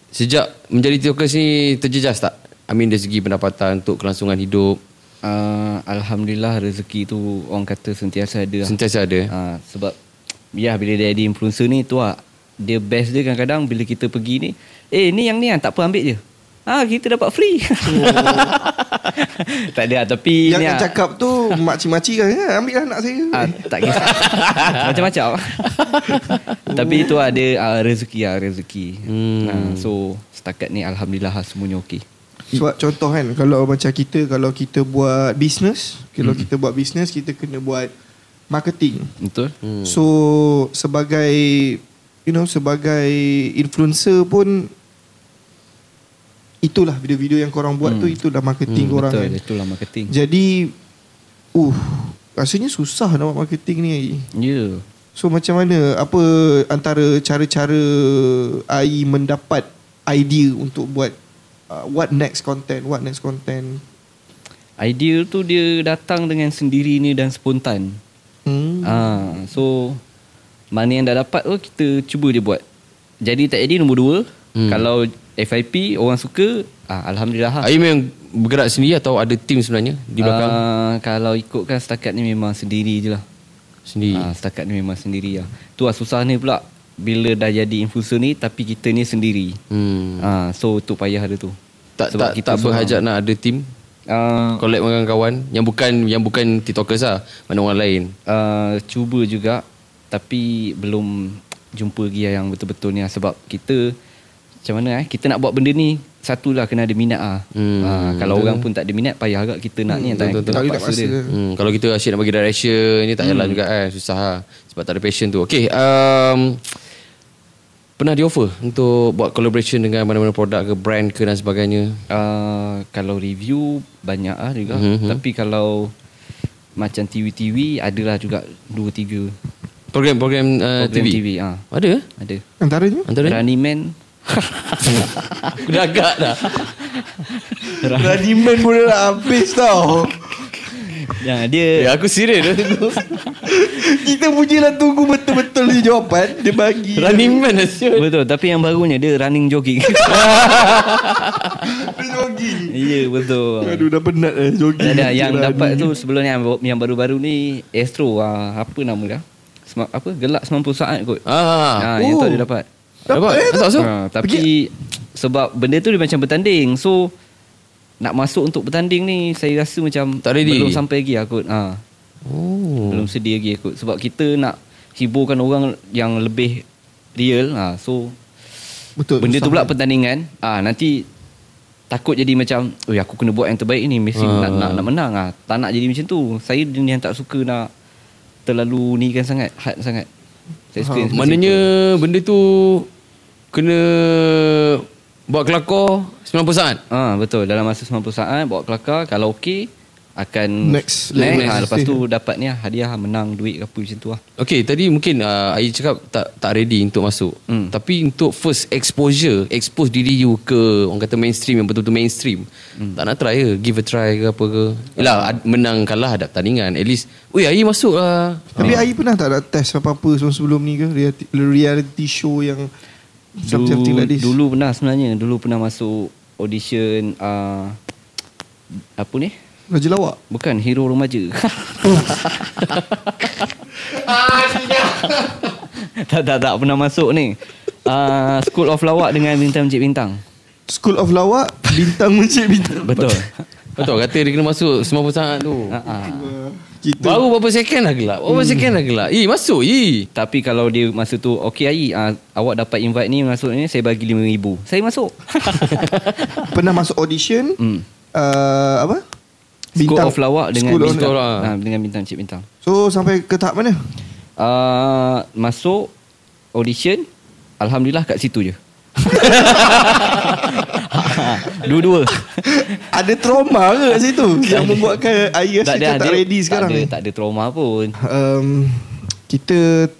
Speaker 1: sejak menjadi TikTokers ni terjejas tak? I mean dari segi pendapatan untuk kelangsungan hidup
Speaker 3: uh, Alhamdulillah rezeki tu orang kata sentiasa ada lah.
Speaker 1: sentiasa ada.
Speaker 3: Ha, sebab ya bila dia jadi influencer ni tu lah, dia best dia kadang-kadang bila kita pergi ni, eh ni yang ni kan tak apa ambil je. Ah ha, kita dapat free. tak ada lah, tapi
Speaker 2: Oh. Yang
Speaker 3: ni
Speaker 2: yang
Speaker 3: lah,
Speaker 2: cakap tu makcik-makcik kan "Eh, ambil lah anak saya.
Speaker 3: ah, tak kisah. Macam-macam. tapi itu ada ah, rezeki lah, rezeki. Hmm. Ha, so setakat ni alhamdulillah lah, semuanya okey.
Speaker 2: Sebab contoh kan kalau macam kita kalau kita buat business, kalau kita buat business kita kena buat marketing.
Speaker 3: Betul?
Speaker 2: Hmm. So sebagai you know sebagai influencer pun itulah video-video yang korang buat hmm. tu itulah marketing hmm, korang.
Speaker 3: Betul,
Speaker 2: kan.
Speaker 3: itulah marketing.
Speaker 2: Jadi uh rasanya susah nak buat marketing ni lagi.
Speaker 3: Ya. Yeah.
Speaker 2: So macam mana apa antara cara-cara AI mendapat idea untuk buat uh, what next content, what next content.
Speaker 3: Ideal tu dia datang dengan sendiri ni dan spontan.
Speaker 2: Hmm.
Speaker 3: Ah, so mana yang dah dapat tu kita cuba je buat. Jadi tak jadi nombor dua. Hmm. Kalau FIP orang suka, ah, alhamdulillah. lah.
Speaker 1: Ai memang bergerak sendiri atau ada team sebenarnya di belakang
Speaker 3: Ah, kalau ikutkan setakat ni memang sendiri je lah.
Speaker 1: sendiri?
Speaker 3: Ah, setakat ni memang sendiri lah. Tu lah susah ni pula bila dah jadi influencer ni tapi kita ni sendiri.
Speaker 1: Hmm.
Speaker 3: Hmm. Ah, so tu payah dia tu.
Speaker 1: Tak tak tak
Speaker 3: seorang.
Speaker 1: berhajat nak ada team
Speaker 3: Ah,
Speaker 1: collab dengan kawan yang bukan yang bukan TikTokers lah, mana orang lain.
Speaker 3: uh, cuba juga tapi belum jumpa lagi yang betul-betul ni lah. sebab kita macam mana eh kita nak buat benda ni satulah kena ada minat ah. Hmm, ha, kalau orang pun tak ada minat payah agak kita nak ni tak kita
Speaker 2: Tak boleh nak
Speaker 3: paksa
Speaker 2: paksa
Speaker 3: dia.
Speaker 2: dia.
Speaker 1: Hmm, kalau kita asyik nak bagi direction ni tak jalan
Speaker 3: Hmm.
Speaker 1: juga kan, susah lah. sebab tak ada passion tu. Okay, um, pernah di offer untuk buat collaboration dengan mana-mana produk ke brand ke dan sebagainya.
Speaker 3: Uh, kalau review banyak ah juga
Speaker 1: Mhm.
Speaker 3: mm-hmm. tapi kalau macam TV-TV adalah juga dua tiga
Speaker 1: Program-program uh,
Speaker 3: program
Speaker 1: TV.
Speaker 3: TV,
Speaker 1: TV.
Speaker 3: ah
Speaker 1: Ada?
Speaker 3: ada.
Speaker 2: Antaranya?
Speaker 1: Antara
Speaker 3: Running Man
Speaker 1: aku dah agak dah.
Speaker 2: Radiman pun dah habis tau.
Speaker 3: Ya,
Speaker 1: Eh,
Speaker 3: dia
Speaker 1: aku serius dah tunggu.
Speaker 2: Kita pujilah tunggu betul-betul dia jawapan Dia bagi
Speaker 1: Running man lah siut.
Speaker 3: Betul Tapi yang barunya Dia running jogging
Speaker 2: Dia jogging
Speaker 3: Ya betul
Speaker 2: Aduh dah penat eh jogging
Speaker 3: Tak ada Yang dapat tu Sebelum ni yang ba- Yang baru-baru ni Astro ah, Apa nama dia Sem- Apa Gelak 90 saat kot
Speaker 1: Ah.
Speaker 3: ah, Yang tu
Speaker 2: oh.
Speaker 3: dia dapat
Speaker 1: Dapat? eh? Tak masuk?
Speaker 3: Ah, Tapi Sebab benda tu Dia macam bertanding So Nak masuk untuk bertanding ni Saya rasa macam
Speaker 1: Tak ready.
Speaker 3: Belum sampai lagi lah kot ah.
Speaker 1: Oh.
Speaker 3: Belum sedia lagi lah kot Sebab kita nak Hiburkan orang Yang lebih Real ah, So
Speaker 2: Betul
Speaker 3: Benda tu pula pertandingan ah nanti takut jadi macam oi aku kena buat yang terbaik ni mesti
Speaker 1: Ah.
Speaker 3: nak, nak nak menang ah tak nak jadi macam tu saya jenis yang tak suka nak terlalu ni kan sangat hard sangat saya suka yang
Speaker 1: Maknanya benda tu kena buat kelakor 90 saat.
Speaker 3: ah betul dalam masa 90 saat eh, bawa kelakar kalau okey akan
Speaker 2: Next
Speaker 3: next,
Speaker 2: level.
Speaker 3: Ah, lepas tu dapat ni ah, hadiah ah, menang duit ke apa macam tu lah
Speaker 1: Okay, tadi mungkin uh, Ayi cakap tak tak ready untuk masuk.
Speaker 3: Hmm.
Speaker 1: Tapi untuk first exposure, expose diri you ke orang kata mainstream yang betul-betul mainstream. Tak nak try ke, give a try ke apa ke. Yalah, ad- menang kalah ada pertandingan. At least, oi Ayi masuk lah.
Speaker 2: Tapi
Speaker 3: Ah.
Speaker 2: Ayi pernah tak nak test apa-apa sebelum-sebelum ni ke reality, reality show yang Something
Speaker 3: dulu,
Speaker 2: like this
Speaker 3: dulu pernah sebenarnya dulu pernah masuk audition ah, apa ni
Speaker 2: Raja lawak
Speaker 3: bukan hero remaja tak tak tak pernah masuk ni. Uh, School of Lawak dengan Bintang Cik Bintang.
Speaker 2: School of lawak Bintang mencik bintang
Speaker 3: Betul.
Speaker 1: Betul kata dia kena masuk 90 saat tu.
Speaker 3: uh-huh.
Speaker 2: Kita
Speaker 1: Baru berapa second dah gelap. Berapa second dah gelap. Eh, masuk. Eh.
Speaker 3: Tapi kalau dia masa tu okey ai uh, awak dapat invite ni masuk ni saya bagi 5000. Saya masuk.
Speaker 2: Pernah masuk audition
Speaker 3: Hmm.
Speaker 2: uh, Apa
Speaker 3: School of Lawak dengan
Speaker 2: School of
Speaker 3: Bintang
Speaker 1: Lawak.
Speaker 3: ha, dengan Bintang Cik Bintang.
Speaker 2: So sampai ke tahap mana
Speaker 3: Uh, masuk audition alhamdulillah kat situ je. Ah, Dua-dua
Speaker 2: Ada trauma ke kat situ Yang membuatkan Ayi rasa macam Ya, tak ready sekarang
Speaker 3: tak ada,
Speaker 2: ni
Speaker 3: tak ada trauma pun
Speaker 2: um, kita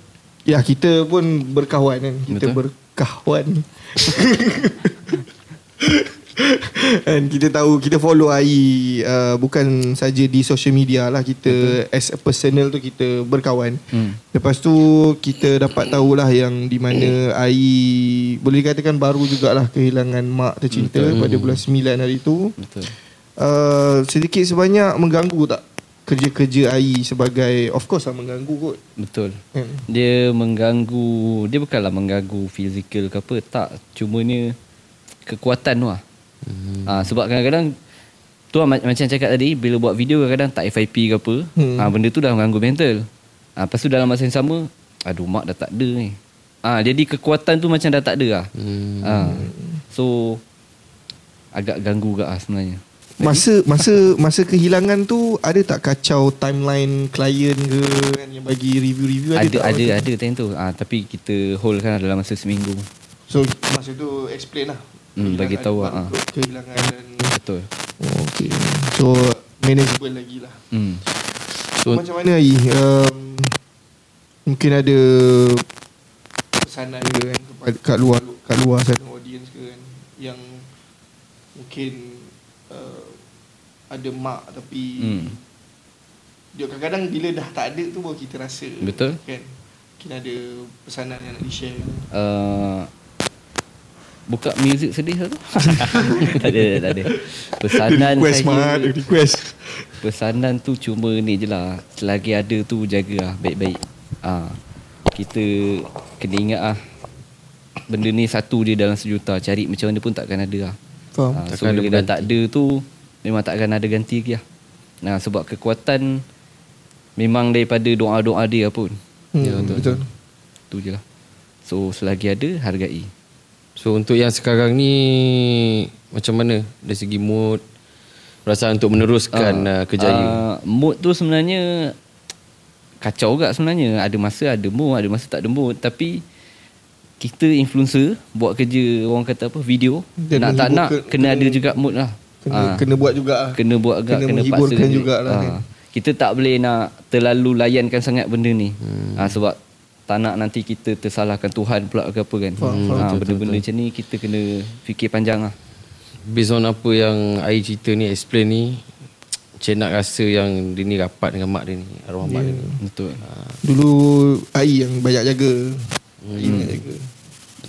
Speaker 2: ya kita pun berkawan kan kita
Speaker 3: Betul.
Speaker 2: berkawan And kita tahu kita follow AI uh, bukan saja di social media lah kita Betul. as a personal tu kita berkawan. Hmm. Lepas tu kita dapat tahulah yang di mana AI boleh dikatakan baru jugalah kehilangan mak tercinta Betul. pada bulan 9 hari tu. Betul. Uh, sedikit sebanyak mengganggu tak kerja-kerja AI sebagai of course lah mengganggu kot.
Speaker 3: Betul
Speaker 2: Hmm.
Speaker 3: Dia mengganggu Dia bukanlah mengganggu Fizikal ke apa Tak Cumanya Kekuatan tu lah hmm. ha, Sebab kadang-kadang Tu lah ma- macam cakap tadi Bila buat video kadang-kadang Tak FIP ke apa
Speaker 2: Hmm.
Speaker 3: hmm. ha, Benda tu dah mengganggu mental ha, Lepas tu dalam masa yang sama Aduh mak dah tak ada ni ha, Jadi kekuatan tu macam dah tak ada lah hmm. ha, So Agak ganggu ke lah sebenarnya
Speaker 2: Masa masa masa kehilangan tu ada tak kacau timeline klien ke kan yang bagi review-review ada, tak?
Speaker 3: ada ada
Speaker 2: macam tu?
Speaker 3: ada time tu ha, tapi kita hold kan dalam masa seminggu
Speaker 2: So masa tu explain lah.
Speaker 3: Hmm, bagi
Speaker 2: Kehilangan
Speaker 3: tahu lah,
Speaker 2: makhluk, Kehilangan dan
Speaker 3: betul
Speaker 2: oh, okay. So manageable lagi lah.
Speaker 3: hmm.
Speaker 2: So, macam mana Ai? Um, mungkin ada pesanan ke kan kepada- kat luar kat luar sana audience ke kan yang mungkin uh, ada mak tapi
Speaker 3: Hmm.
Speaker 2: dia kadang-kadang bila dah tak ada tu baru kita rasa
Speaker 3: Betul.
Speaker 2: kan mungkin ada pesanan yang nak di-share
Speaker 3: uh, buka muzik sedih lah tu. tak ada, tak ada. Pesanan saya,
Speaker 2: request
Speaker 3: Ya, pesanan tu cuma ni je lah. Selagi ada tu jaga lah baik-baik. Ah, kita kena ingat ah. Benda ni satu je dalam sejuta. Cari macam mana pun takkan ada lah.
Speaker 2: faham
Speaker 3: Ah, so
Speaker 1: Takkan ada
Speaker 3: bila dah tak ada tu memang takkan ada ganti lagi lah. Nah, sebab kekuatan memang daripada doa-doa dia pun.
Speaker 2: hmm, ya, betul, betul.
Speaker 3: Tu je lah. So selagi ada hargai.
Speaker 1: So untuk yang sekarang ni macam mana dari segi mood rasa untuk meneruskan uh, kejayaan.
Speaker 3: Uh, mood tu sebenarnya kacau juga sebenarnya. Ada masa ada mood, ada masa tak ada mood. Tapi kita influencer buat kerja orang kata apa video
Speaker 2: Dan
Speaker 3: nak tak
Speaker 2: menghibur
Speaker 3: nak
Speaker 2: ke-
Speaker 3: kena, ada
Speaker 2: kena-
Speaker 3: juga mood lah.
Speaker 2: kena
Speaker 3: Ah.
Speaker 2: kena buat juga ah.
Speaker 3: kena buat agak
Speaker 2: kena,
Speaker 3: kena,
Speaker 2: menghiburkan
Speaker 3: paksa
Speaker 2: jugalah
Speaker 3: Ah,
Speaker 2: kan
Speaker 3: kita tak boleh nak terlalu layankan sangat benda ni hmm. ha, sebab tak nak nanti kita tersalahkan Tuhan pula ke apa kan hmm. ha, benda-benda macam ni kita kena fikir panjang lah
Speaker 1: Based on apa yang Ai cerita ni explain ni Cik nak rasa yang dia ni rapat dengan mak dia ni Arwah mak dia ni
Speaker 3: Betul.
Speaker 2: Dulu Ai yang banyak jaga
Speaker 3: Hmm.
Speaker 2: Ai banyak jaga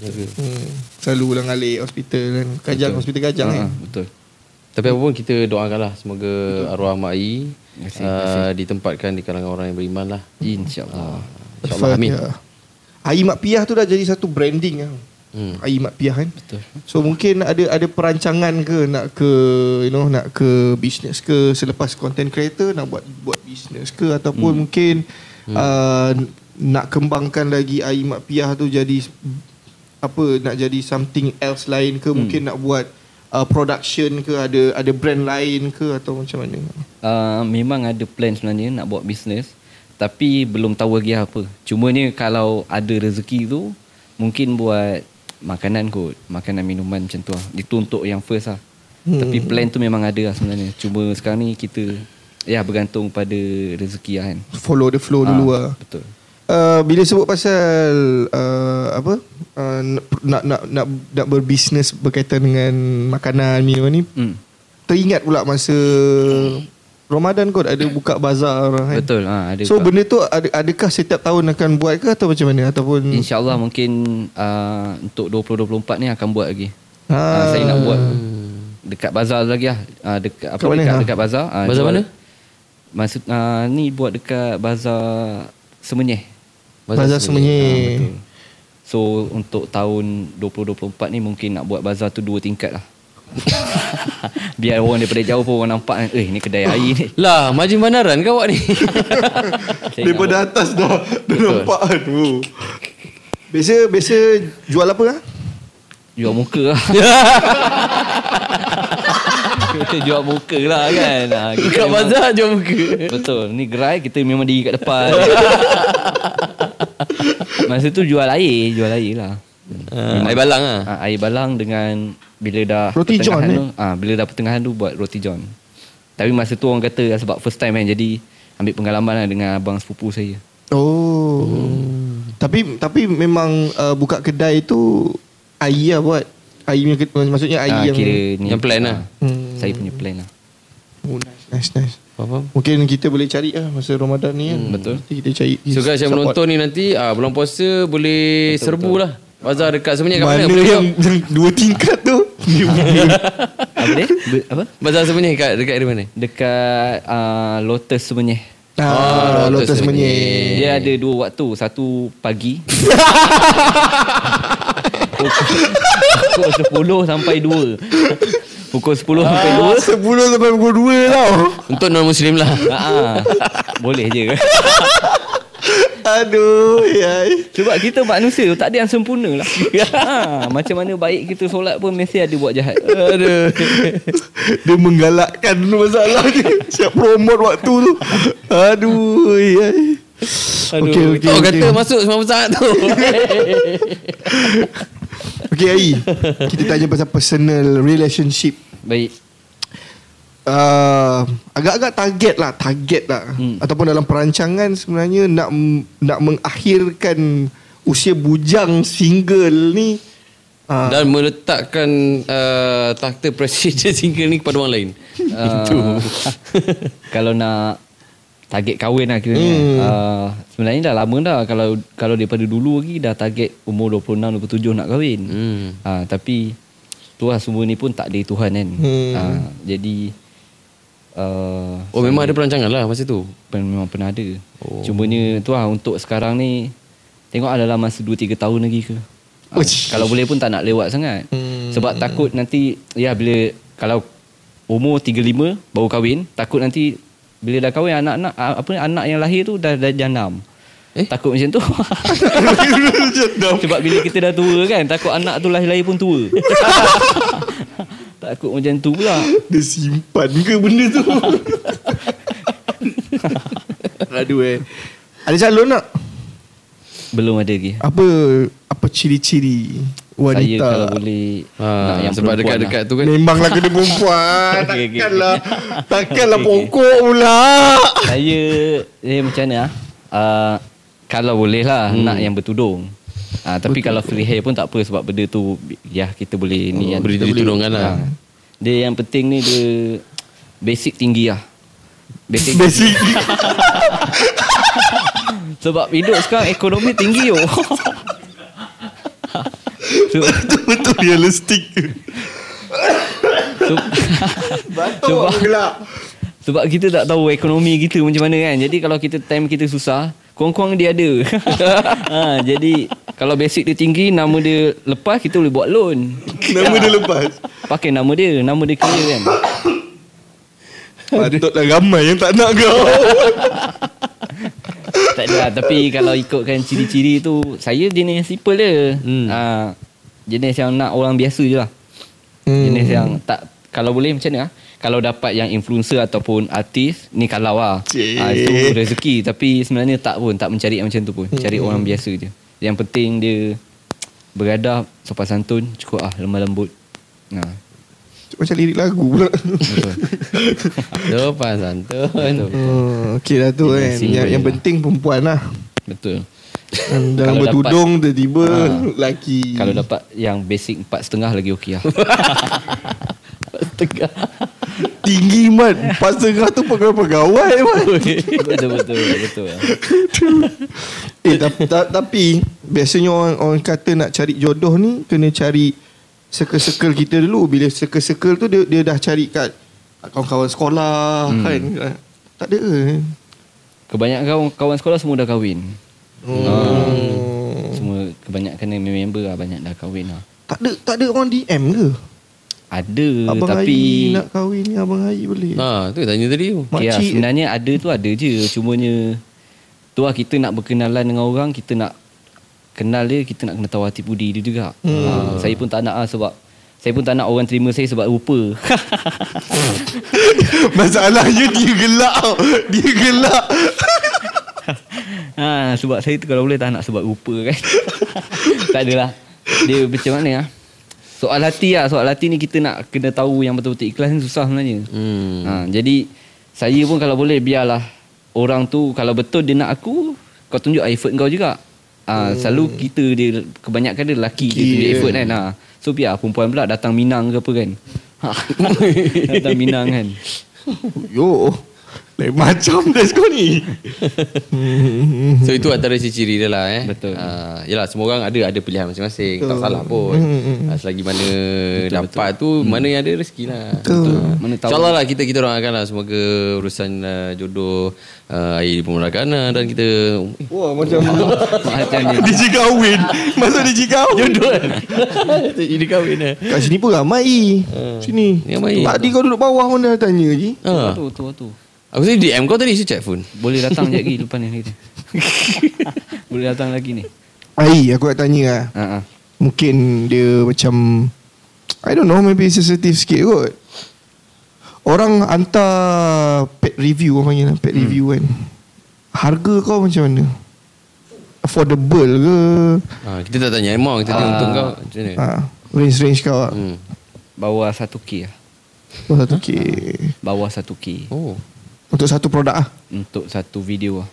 Speaker 3: Ya.
Speaker 1: Jaga.
Speaker 2: hmm. Selalu ulang alik hospital kan Kajang hospital kajang
Speaker 3: Ah,
Speaker 2: kan
Speaker 3: betul.
Speaker 1: Tapi apa pun kita doakan lah Semoga arwah mak Ayi
Speaker 3: Terima kasih, Ah.
Speaker 1: uh, Ditempatkan di kalangan orang yang beriman lah
Speaker 3: InsyaAllah.
Speaker 1: InsyaAllah amin
Speaker 3: ya.
Speaker 2: Al-Fatihah. Air Mak Piah tu dah jadi satu branding lah.
Speaker 1: Hmm.
Speaker 2: Hmm. Air Mak Piah kan.
Speaker 3: Betul.
Speaker 2: So mungkin ada ada perancangan ke nak ke you know nak ke bisnes ke selepas content creator nak buat buat bisnes ke ataupun hmm. mungkin hmm. Uh, nak kembangkan lagi Air Mak Piah tu jadi apa nak jadi something else lain ke hmm. mungkin nak buat uh, production ke ada ada brand lain ke atau macam mana.
Speaker 3: Uh, memang ada plan sebenarnya nak buat bisnes tapi belum tahu lagi apa. Cuma ni kalau ada rezeki tu mungkin buat makanan kot, makanan minuman macam tu lah. Itu untuk yang first lah. Hmm. Tapi plan tu memang ada lah sebenarnya. Cuma sekarang ni kita ya bergantung pada rezeki lah kan. Ah,
Speaker 2: Follow the flow dulu lah.
Speaker 3: Betul.
Speaker 2: Uh, bila sebut pasal uh, apa uh, nak nak nak nak berbisnes berkaitan dengan makanan minuman ni
Speaker 3: Hmm.
Speaker 2: teringat pula masa Ramadan kot ada buka bazar kan.
Speaker 3: Betul. Ha, ada
Speaker 2: so
Speaker 3: juga.
Speaker 2: benda tu ada, adakah setiap tahun akan buat ke atau macam mana ataupun
Speaker 3: InsyaAllah mungkin uh, untuk 2024 ni akan buat lagi.
Speaker 2: Ah.
Speaker 3: Ah. Uh, saya nak buat dekat bazar lagi lah. Uh, dekat apa
Speaker 2: Kat mana?
Speaker 3: dekat,
Speaker 2: Ah.
Speaker 3: dekat bazar. Uh,
Speaker 1: Bazar mana?
Speaker 3: Maksud uh, ni buat dekat bazar Semenyih.
Speaker 2: bazar
Speaker 3: Ah,
Speaker 2: semenyi.
Speaker 3: betul. So untuk tahun 2024 ni mungkin nak buat bazar tu dua tingkat lah. Biar orang daripada jauh pun orang nampak kan, eh ni kedai air ni.
Speaker 1: Lah Majin Bandaran ke awak ni
Speaker 3: Saya nak
Speaker 2: Daripada atas dah dah nampak aduh. Biasa biasa jual apa ah?
Speaker 3: Jual muka lah Kita jual muka lah kan ha, kita
Speaker 1: Kat
Speaker 3: memang-
Speaker 1: bazar jual muka
Speaker 3: Betul Ni gerai kita memang diri kat depan Masa tu jual air Jual air lah
Speaker 1: uh, Air balang lah
Speaker 3: ha, Air balang dengan Bila dah
Speaker 2: Roti john,
Speaker 3: pertengahan
Speaker 2: eh?
Speaker 3: tu, ha, Bila dah pertengahan tu buat roti john Tapi masa tu orang kata Sebab first time kan Jadi ambil pengalaman lah Dengan abang sepupu saya
Speaker 2: Oh.
Speaker 3: Hmm.
Speaker 2: Tapi tapi memang uh, buka kedai tu Ai lah buat. Ai punya ke- maksudnya Ai
Speaker 3: Ah,
Speaker 2: yang
Speaker 1: yang plan lah.
Speaker 3: ah, Saya punya plan lah
Speaker 2: Oh, nice, nice, nice.
Speaker 1: Faham?
Speaker 2: Mungkin kita boleh cari lah masa Ramadan ni
Speaker 1: Hmm,
Speaker 2: kan.
Speaker 3: betul.
Speaker 2: Nanti Kita cari.
Speaker 1: So guys yang
Speaker 2: support.
Speaker 1: menonton ni nanti ah, Bulan puasa boleh betul, serbu betul. lah Bazar dekat sebenarnya kat
Speaker 2: Mana
Speaker 1: mana?
Speaker 2: yang,
Speaker 1: Boleh
Speaker 2: yang, yang dua tingkat tu? Dia boleh.
Speaker 3: Apa dia? Be- apa?
Speaker 1: Bazar sebenarnya kat, dekat area mana?
Speaker 3: Dekat uh, Lotus sebenarnya
Speaker 2: ah,
Speaker 1: Lotus
Speaker 2: Lotus
Speaker 1: Menyih.
Speaker 2: Menyih.
Speaker 3: Dia ada dua waktu Satu pagi Pukul pukul 10 sampai 2 Pukul 10 sampai
Speaker 2: Ah, Sepuluh sampai pukul dua tau.
Speaker 1: Untuk non-Muslim lah
Speaker 3: 2 ha, Boleh je
Speaker 2: Aduh, ya. yai.
Speaker 3: Sebab kita manusia Tak ada yang sempurna lah ha, Macam mana baik kita solat pun Mesti ada buat jahat
Speaker 1: Aduh
Speaker 2: Dia menggalakkan dulu masalah ni. Siap promote waktu tu. Aduh, ya. yai.
Speaker 3: Aduh,
Speaker 2: Okey, okey.
Speaker 1: Kau
Speaker 2: okey.
Speaker 1: kata masuk semua saat tu
Speaker 2: Okey, Ai. Kita tanya pasal personal relationship.
Speaker 3: Baik
Speaker 2: uh, agak-agak target lah target lah hmm. ataupun dalam perancangan sebenarnya nak nak mengakhirkan usia bujang single ni uh,
Speaker 1: Dan meletakkan uh, Takhta presiden single ni kepada orang lain Itu
Speaker 3: uh, Kalau nak target kahwin lah kita hmm. uh, sebenarnya dah lama dah kalau kalau daripada dulu lagi dah target umur 26 27 nak kahwin.
Speaker 1: Hmm.
Speaker 3: Hmm. Uh, tapi tu lah semua ni pun tak ada Tuhan kan. Hmm. Uh, jadi uh,
Speaker 1: Oh memang ada perancangan lah masa tu
Speaker 3: pen, memang pernah ada. Oh. Cumanya tu lah untuk sekarang ni tengok lah dalam masa 2 3 tahun lagi ke. Uh,
Speaker 2: Uish.
Speaker 3: kalau boleh pun tak nak lewat sangat. Hmm. Sebab takut nanti ya bila kalau umur 35 baru kahwin, takut nanti bila dah kahwin anak-anak ah, apa ni, anak yang lahir tu dah dah jandam. Eh? Takut macam tu. Sebab bila kita dah tua kan, takut anak tu lahir-lahir pun tua. takut macam tu pula.
Speaker 2: dia simpan ke benda tu aduh eh ada calon tak
Speaker 3: Belum ada lagi.
Speaker 2: apa apa ciri-ciri
Speaker 3: Saya kalau
Speaker 2: wanita
Speaker 3: boleh nak
Speaker 1: ha,
Speaker 3: yang
Speaker 1: Sebab
Speaker 3: perempuan
Speaker 1: dekat-dekat
Speaker 3: lah.
Speaker 1: tu kan
Speaker 2: Memanglah kena perempuan
Speaker 3: Okey, okey,
Speaker 2: Takkanlah Takkanlah
Speaker 3: Okey, okey.
Speaker 2: pokok pula
Speaker 3: lah. Saya saya macam mana ah? Uh, kalau boleh lah hmm. nak yang bertudung. Ah uh, tapi kalau free hair pun tak apa sebab benda tu ya kita boleh ni
Speaker 1: Oh,
Speaker 3: kan.
Speaker 1: boleh
Speaker 3: Kita
Speaker 1: ditudungkan lah.
Speaker 3: Ah. Dia yang penting ni dia basic tinggi lah. Basically.
Speaker 2: Basically
Speaker 3: Sebab hidup sekarang ekonomi tinggi yo. so,
Speaker 2: Betul-betul realistic
Speaker 3: so,
Speaker 2: Batuk
Speaker 3: Cuba.
Speaker 2: gelap
Speaker 3: sebab kita tak tahu ekonomi kita macam mana kan. Jadi kalau kita time kita susah, kurang-kurang dia ada. ha, jadi kalau basic dia tinggi, nama dia lepas kita boleh buat loan.
Speaker 2: Nama dia lepas
Speaker 3: Pakai nama dia, nama dia clear kan.
Speaker 2: Patutlah ramai yang tak nak kau
Speaker 3: tak ada lah. Tapi kalau ikutkan ciri-ciri tu Saya jenis simple je hmm.
Speaker 1: Hmm.
Speaker 3: uh, Jenis yang nak orang biasa je lah hmm. Jenis yang tak Kalau boleh macam mana lah Kalau dapat yang influencer ataupun artis Ni kalau lah
Speaker 2: Cik.
Speaker 3: uh, Itu rezeki Tapi sebenarnya tak pun Tak mencari yang macam tu pun Cari hmm. orang biasa je Yang penting dia Beradab Sopan santun Cukup lah lemah lembut Nah,
Speaker 2: Macam lirik lagu pula
Speaker 3: betul.
Speaker 1: Lepas santun.
Speaker 2: hmm, Okay lah tu kan
Speaker 3: simple
Speaker 2: yang, yang
Speaker 3: lah.
Speaker 2: penting perempuan lah
Speaker 3: betul.
Speaker 2: Dalam
Speaker 3: Kalau
Speaker 2: bertudung tiba-tiba
Speaker 3: Ah.
Speaker 2: Lelaki
Speaker 3: Kalau dapat yang basic empat setengah lagi okey lah.
Speaker 1: Tegak.
Speaker 2: Tinggi man Pas tengah tu pegawai-pegawai man
Speaker 3: betul betul betul. betul lah.
Speaker 2: Eh tapi, tapi Biasanya orang, orang kata nak cari jodoh ni Kena cari Circle-circle kita dulu Bila circle-circle tu dia, dia dah cari kat Kawan-kawan sekolah hmm. kan Tak ada eh?
Speaker 3: Kebanyakan kawan, kawan sekolah semua dah kahwin.
Speaker 2: hmm.
Speaker 3: Semua kebanyakan member lah banyak dah kahwin lah.
Speaker 2: Tak ada tak ada orang DM ke?
Speaker 3: Ada
Speaker 2: Abang
Speaker 3: tapi
Speaker 2: Hai nak kahwin ni Abang Hai boleh
Speaker 1: Ha, tu tanya tadi tu.
Speaker 3: okay lah,
Speaker 2: Makcik.
Speaker 3: sebenarnya ada tu ada je cumanya tu lah kita nak berkenalan dengan orang kita nak kenal dia kita nak kena tahu hati budi dia juga. Hmm. Ha, saya pun tak nak lah sebab saya pun tak nak orang terima saya sebab rupa.
Speaker 2: Masalahnya dia gelak tau. Dia gelak
Speaker 3: ha, sebab saya tu kalau boleh tak nak sebab rupa kan. tak adalah. Dia macam mana ah? Soal hati lah. Soal hati ni kita nak kena tahu yang betul-betul ikhlas ni susah sebenarnya. Hmm.
Speaker 1: Hmm.
Speaker 3: Ha, jadi saya pun kalau boleh biarlah orang tu kalau betul dia nak aku kau tunjuk effort kau juga. Ha, hmm. selalu kita dia kebanyakan dia lelaki dia tunjuk effort kan. Ha. So biar perempuan pula datang Minang ke apa kan. Ha. datang Minang kan.
Speaker 2: Yo Lain macam dah kau ni
Speaker 1: So itu antara ciri-ciri dia lah eh.
Speaker 3: Betul.
Speaker 1: Ha, yelah semua orang ada ada pilihan masing-masing. Tak salah pun.
Speaker 2: Hmm,
Speaker 1: Ha, selagi mana betul, dapat betul. tu mana yang ada rezeki lah. Betul.
Speaker 3: Mana tahu.
Speaker 1: InsyaAllah lah kita kita doakan lah semoga urusan uh, jodoh uh, air di pemerakan dan kita
Speaker 2: Wah macam
Speaker 3: Macam dia.
Speaker 2: Dia kahwin Masuk dia kahwin Jodoh
Speaker 1: jadi kahwin eh.
Speaker 2: Kat sini pun ramai Sini
Speaker 1: Ni ramai.
Speaker 2: Tadi kau duduk bawah pun dah tanya lagi
Speaker 1: Ha.
Speaker 3: Tu tu tu.
Speaker 1: Aku tadi DM kau tadi saya check phone.
Speaker 3: Boleh datang je lagi lepas ni kita. Boleh datang lagi ni.
Speaker 2: Ai aku nak tanya lah
Speaker 3: Ha ah.
Speaker 2: Mungkin dia macam I don't know Maybe sensitive sikit kot Orang hantar Pet review Orang panggil lah Pet hmm. review kan Harga kau macam mana Affordable ke
Speaker 1: Ha, kita tak tanya Emang kita tengok
Speaker 3: Ah.
Speaker 1: untuk kau macam mana.
Speaker 2: ha, Range-range kau lah
Speaker 1: Hmm.
Speaker 3: Bawah 1k lah.
Speaker 2: Oh, satu K
Speaker 3: Bawah 1k
Speaker 1: Oh.
Speaker 2: Untuk satu produk lah
Speaker 3: untuk satu video lah.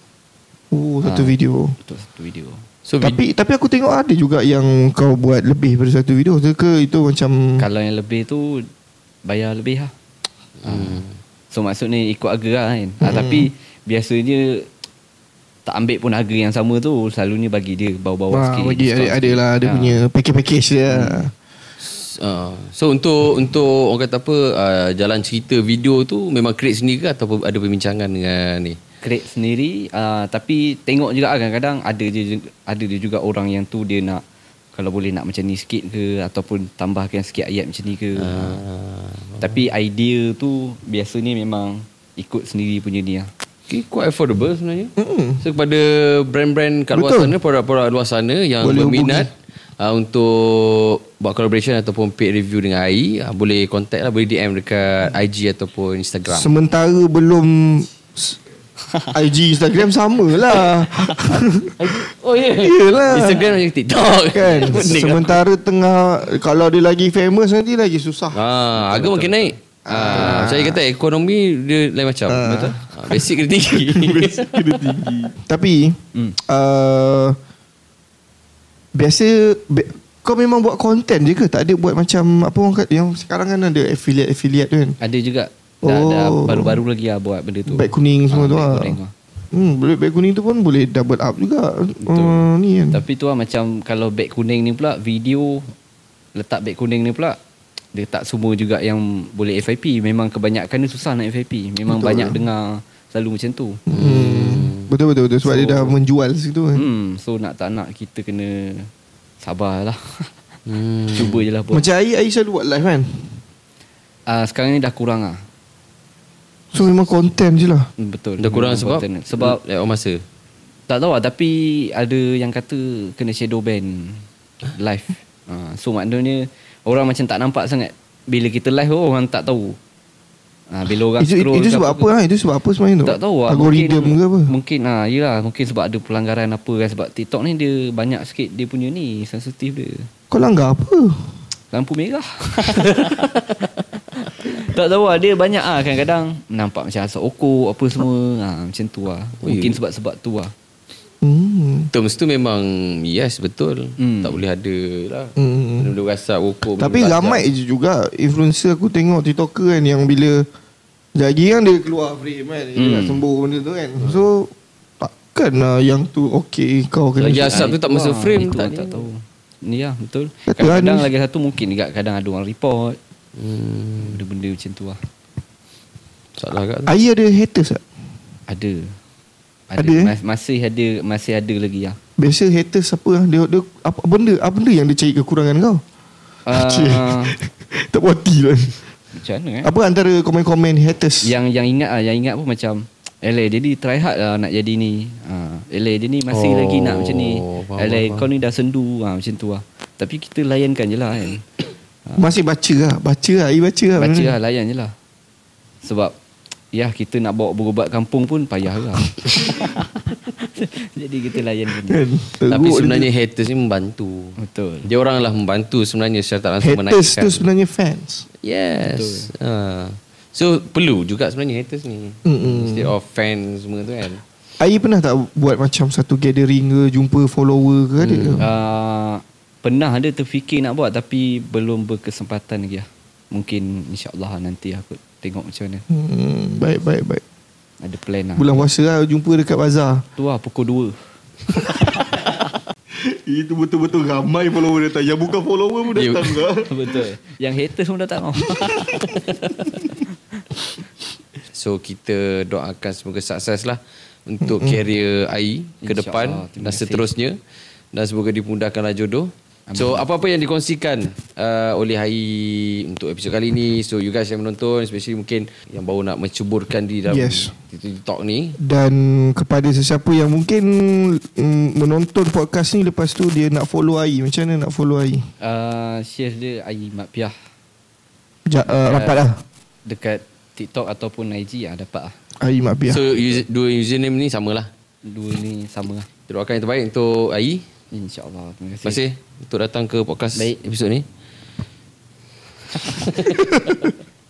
Speaker 2: Oh satu
Speaker 3: Ah.
Speaker 2: video
Speaker 3: Untuk satu video.
Speaker 1: So tapi
Speaker 2: Tapi tapi aku tengok ada juga yang kau buat lebih daripada satu video tu ke itu macam
Speaker 3: Kalau yang lebih tu bayar lebih lah. Hmm. So maksudnya ikut harga lah kan. Hmm. Ha, tapi biasanya tak ambil pun harga yang sama tu selalunya bagi dia bawah-bawah
Speaker 2: Wah,
Speaker 3: sikit.
Speaker 2: Ah, bagi
Speaker 3: discount
Speaker 2: ada, ada lah
Speaker 3: sikit.
Speaker 2: dia
Speaker 3: Ah.
Speaker 2: punya package-package dia. Hmm.
Speaker 1: uh, so untuk untuk orang kata apa uh, jalan cerita video tu memang create sendiri ke atau ada perbincangan dengan ni?
Speaker 3: create sendiri uh, tapi tengok juga lah kadang-kadang ada je ada dia juga orang yang tu dia nak kalau boleh nak macam ni sikit ke ataupun tambahkan sikit ayat macam ni ke.
Speaker 1: ah,
Speaker 3: Uh, tapi idea tu biasanya memang ikut sendiri punya ni lah.
Speaker 1: Okay, quite affordable sebenarnya. Mm. So kepada brand-brand kat luar
Speaker 2: Betul.
Speaker 1: sana, produk-produdak luar sana yang
Speaker 2: Boleh
Speaker 1: boleh berminat uh, untuk buat collaboration ataupun paid review dengan AI, uh, boleh contact lah, boleh DM dekat IG ataupun Instagram. Sem-
Speaker 2: Sementara belum s- IG Instagram sama lah
Speaker 1: oh ya. Yeah.
Speaker 2: Yelah.
Speaker 1: Instagram dan TikTok.
Speaker 2: Kan
Speaker 1: Pening lah. aku.
Speaker 2: Sementara tengah Kalau dia lagi famous Nanti lagi susah
Speaker 1: Ah, harga makin naik. Ah, saya kata ekonomi dia lain macam. Betul. Ah, basic kena tinggi.
Speaker 2: Tapi
Speaker 3: Hmm.
Speaker 2: uh, Biasa be, Kau memang buat content je ke Tak ada buat macam Apa orang kata Yang sekarang kan ada affiliate-affiliate tu kan
Speaker 3: Ada juga Dah, dah
Speaker 2: Oh.
Speaker 3: baru-baru lagi lah buat benda tu.
Speaker 2: Beg kuning semua
Speaker 3: Ah,
Speaker 2: tu
Speaker 3: beg
Speaker 2: lah.
Speaker 3: kuning lah.
Speaker 2: Hmm, boleh beg kuning tu pun boleh double up juga. Uh, ni kan.
Speaker 3: Tapi tu lah macam kalau beg kuning ni pula video letak beg kuning ni pula dia tak semua juga yang boleh FIP. Memang kebanyakan ni susah nak FIP. Memang Betul. banyak dengar selalu macam tu.
Speaker 2: Hmm. Betul betul betul sebab so, dia dah menjual situ kan.
Speaker 3: Hmm, so nak tak nak kita kena sabarlah. Hmm. Cuba je lah buat.
Speaker 2: Macam Ayi Ayi selalu buat live kan.
Speaker 3: Ah, sekarang ni dah kurang ah.
Speaker 2: So memang content je lah.
Speaker 3: Hmm, Betul.
Speaker 1: Dah kurang sebab
Speaker 3: Memang content. sebab
Speaker 1: lewat masa.
Speaker 3: tak tahu lah tapi ada yang kata kena shadow ban live. Ah, so maknanya orang macam tak nampak sangat bila kita live oh, orang tak tahu. Ah, bila orang
Speaker 2: Itu, itu,
Speaker 3: scroll
Speaker 2: itu
Speaker 3: ke
Speaker 2: sebab
Speaker 3: ke,
Speaker 2: apa lah? Itu sebab apa sebenarnya tu?
Speaker 3: Tak tahu lah
Speaker 2: Algorithm
Speaker 3: mungkin,
Speaker 2: ke apa?
Speaker 3: Mungkin ah, yelah Mungkin sebab ada pelanggaran apa kan Sebab TikTok ni dia banyak sikit Dia punya ni Sensitif dia
Speaker 2: Kau langgar apa?
Speaker 3: Lampu merah Tak tahu lah Dia banyak ah kadang-kadang Nampak macam asap okok Apa semua ah, Macam tu lah
Speaker 2: Oh,
Speaker 3: Mungkin sebab-sebab tu lah
Speaker 2: Hmm.
Speaker 1: Terms tu memang yes betul.
Speaker 3: Hmm.
Speaker 1: Tak boleh ada lah.
Speaker 2: Hmm.
Speaker 1: Benda-benda rasa hukum.
Speaker 2: Tapi ramai je juga influencer aku tengok TikToker kan yang bila jadi kan dia keluar frame kan. Dia
Speaker 3: Hmm.
Speaker 2: nak sembuh benda tu kan. So takkan lah yang tu okey kau kena.
Speaker 1: Lagi asap tu tak masa
Speaker 3: Wah,
Speaker 1: frame
Speaker 3: itu
Speaker 1: tak,
Speaker 3: lah
Speaker 1: tak
Speaker 3: tak
Speaker 1: tahu.
Speaker 3: tahu Ni lah betul
Speaker 2: Kata
Speaker 3: Kadang-kadang
Speaker 2: Anis.
Speaker 3: lagi satu mungkin juga Kadang ada orang report Benda-benda macam tu lah
Speaker 1: Hmm, Salah agak tu.
Speaker 2: Ayi ada haters tak?
Speaker 3: Ada
Speaker 2: Ada, eh?
Speaker 3: Mas- Masih ada Masih ada lagi lah
Speaker 2: Biasa haters apa lah dia, dia apa benda apa benda yang dia cari kekurangan kau? Cik.
Speaker 3: Ah,
Speaker 2: tak puas hati lah.
Speaker 3: Macam mana eh
Speaker 2: Apa antara komen-komen haters?
Speaker 3: Yang yang ingat ah, yang ingat pun macam Eleh dia ni try hard lah nak jadi ni. Ha, eleh dia ni masih
Speaker 1: Oh,
Speaker 3: oh, lagi nak macam ni.
Speaker 1: faham,
Speaker 3: Eleh
Speaker 1: faham.
Speaker 3: kau ni dah sendu ha, macam tu lah. Tapi kita layankan je lah kan.
Speaker 2: Masih baca lah. Baca lah. Ayi baca lah.
Speaker 3: Baca
Speaker 2: benda ni.
Speaker 3: lah layan je lah. Sebab ya kita nak bawa berubat kampung pun payah lah. Jadi kita layan je.
Speaker 2: Kan? Teruk
Speaker 1: Tapi
Speaker 2: dia tu.
Speaker 1: sebenarnya haters ni membantu.
Speaker 3: Betul.
Speaker 1: Dia orang lah membantu sebenarnya secara tak langsung
Speaker 2: Haters
Speaker 1: menaikkan.
Speaker 2: tu sebenarnya fans.
Speaker 1: Yes. Ha. So perlu juga sebenarnya haters ni.
Speaker 2: Mm-mm.
Speaker 1: Instead of fans semua tu kan.
Speaker 2: Ayi pernah tak buat macam satu gathering ke jumpa follower ke ada ke?
Speaker 3: Uh, pernah ada terfikir nak buat tapi belum berkesempatan lagi lah. Mungkin insyaAllah lah nanti aku tengok macam mana.
Speaker 2: Hmm, baik baik baik.
Speaker 3: Ada plan lah.
Speaker 2: Bulan puasa lah jumpa dekat bazar.
Speaker 3: Tu lah pukul 2.
Speaker 2: Itu betul-betul ramai follower datang. Yang bukan follower pun
Speaker 1: Dia- datang
Speaker 2: lah.
Speaker 3: Betul. Yang haters pun dah tak mau.
Speaker 1: So kita doakan semoga sukses lah untuk karier AI ke
Speaker 3: InsyaAllah.
Speaker 1: depan
Speaker 3: Terima
Speaker 1: dan
Speaker 3: kasih.
Speaker 1: seterusnya dan semoga dimudahkanlah jodoh. So apa-apa yang dikongsikan uh, oleh AI untuk episod kali ni so you guys yang menonton especially mungkin yang baru nak mencuburkan di dalam
Speaker 2: Yes.
Speaker 1: TikTok ni
Speaker 2: Dan kepada sesiapa yang mungkin mm, menonton podcast ni lepas tu dia nak follow AI. Macam mana nak follow AI?
Speaker 3: uh, share dia Ayi Mat Piah
Speaker 2: Ja, uh, rapat lah.
Speaker 3: dekat TikTok ataupun IG ah dapat ah.
Speaker 2: AI Mak Biar.
Speaker 1: so user, dua username ni samalah.
Speaker 3: Dua ni sama lah.
Speaker 1: Kita doakan yang terbaik untuk AI.
Speaker 3: InsyaAllah. Terima kasih.
Speaker 1: Terima kasih untuk datang ke podcast
Speaker 3: Baik.
Speaker 1: episod ni.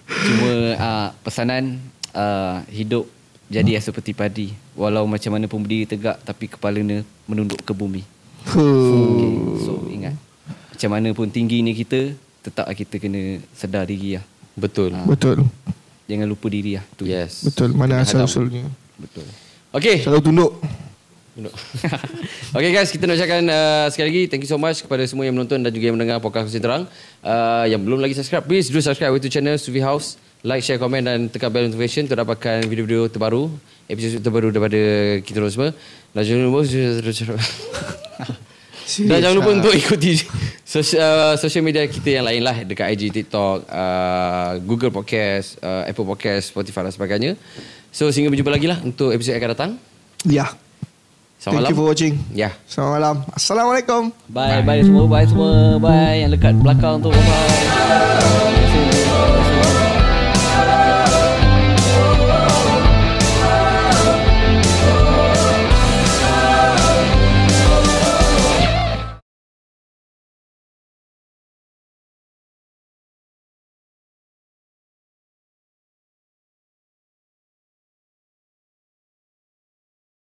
Speaker 3: Cuma uh, pesanan uh, hidup jadi seperti padi. Walau macam mana pun berdiri tegak tapi kepalanya menunduk ke bumi. Okay. So ingat. Macam mana pun tinggi ni kita tetap kita kena sedar diri lah.
Speaker 1: Betul.
Speaker 2: Betul.
Speaker 3: Jangan lupa diri lah. Tu.
Speaker 1: Ah, Yes.
Speaker 2: Betul. Mana asal-usulnya.
Speaker 3: Betul.
Speaker 1: Okay.
Speaker 2: Kalau tunduk.
Speaker 1: okay guys, kita nak ucapkan uh, sekali lagi thank you so much kepada semua yang menonton dan juga yang mendengar podcast Kusin Terang. Uh, yang belum lagi subscribe, please do subscribe our YouTube channel Suvi House. Like, share, komen dan tekan bell notification untuk dapatkan video-video terbaru, episod terbaru daripada kita orang semua. Dan jangan lupa dan jangan
Speaker 2: lah.
Speaker 1: lupa untuk ikuti sosial, uh, social media kita yang lain lah dekat IG, TikTok, uh, Google Podcast, uh, Apple Podcast, Spotify dan sebagainya. So sehingga berjumpa lagi lah untuk episod yang akan datang.
Speaker 2: Ya.
Speaker 1: Selamat
Speaker 2: Thank
Speaker 1: malam.
Speaker 2: you for watching.
Speaker 1: Ya.
Speaker 2: Selamat malam. Assalamualaikum.
Speaker 3: Bye, bye, semua, bye semua, bye yang dekat belakang tu, bye. Terima kasih.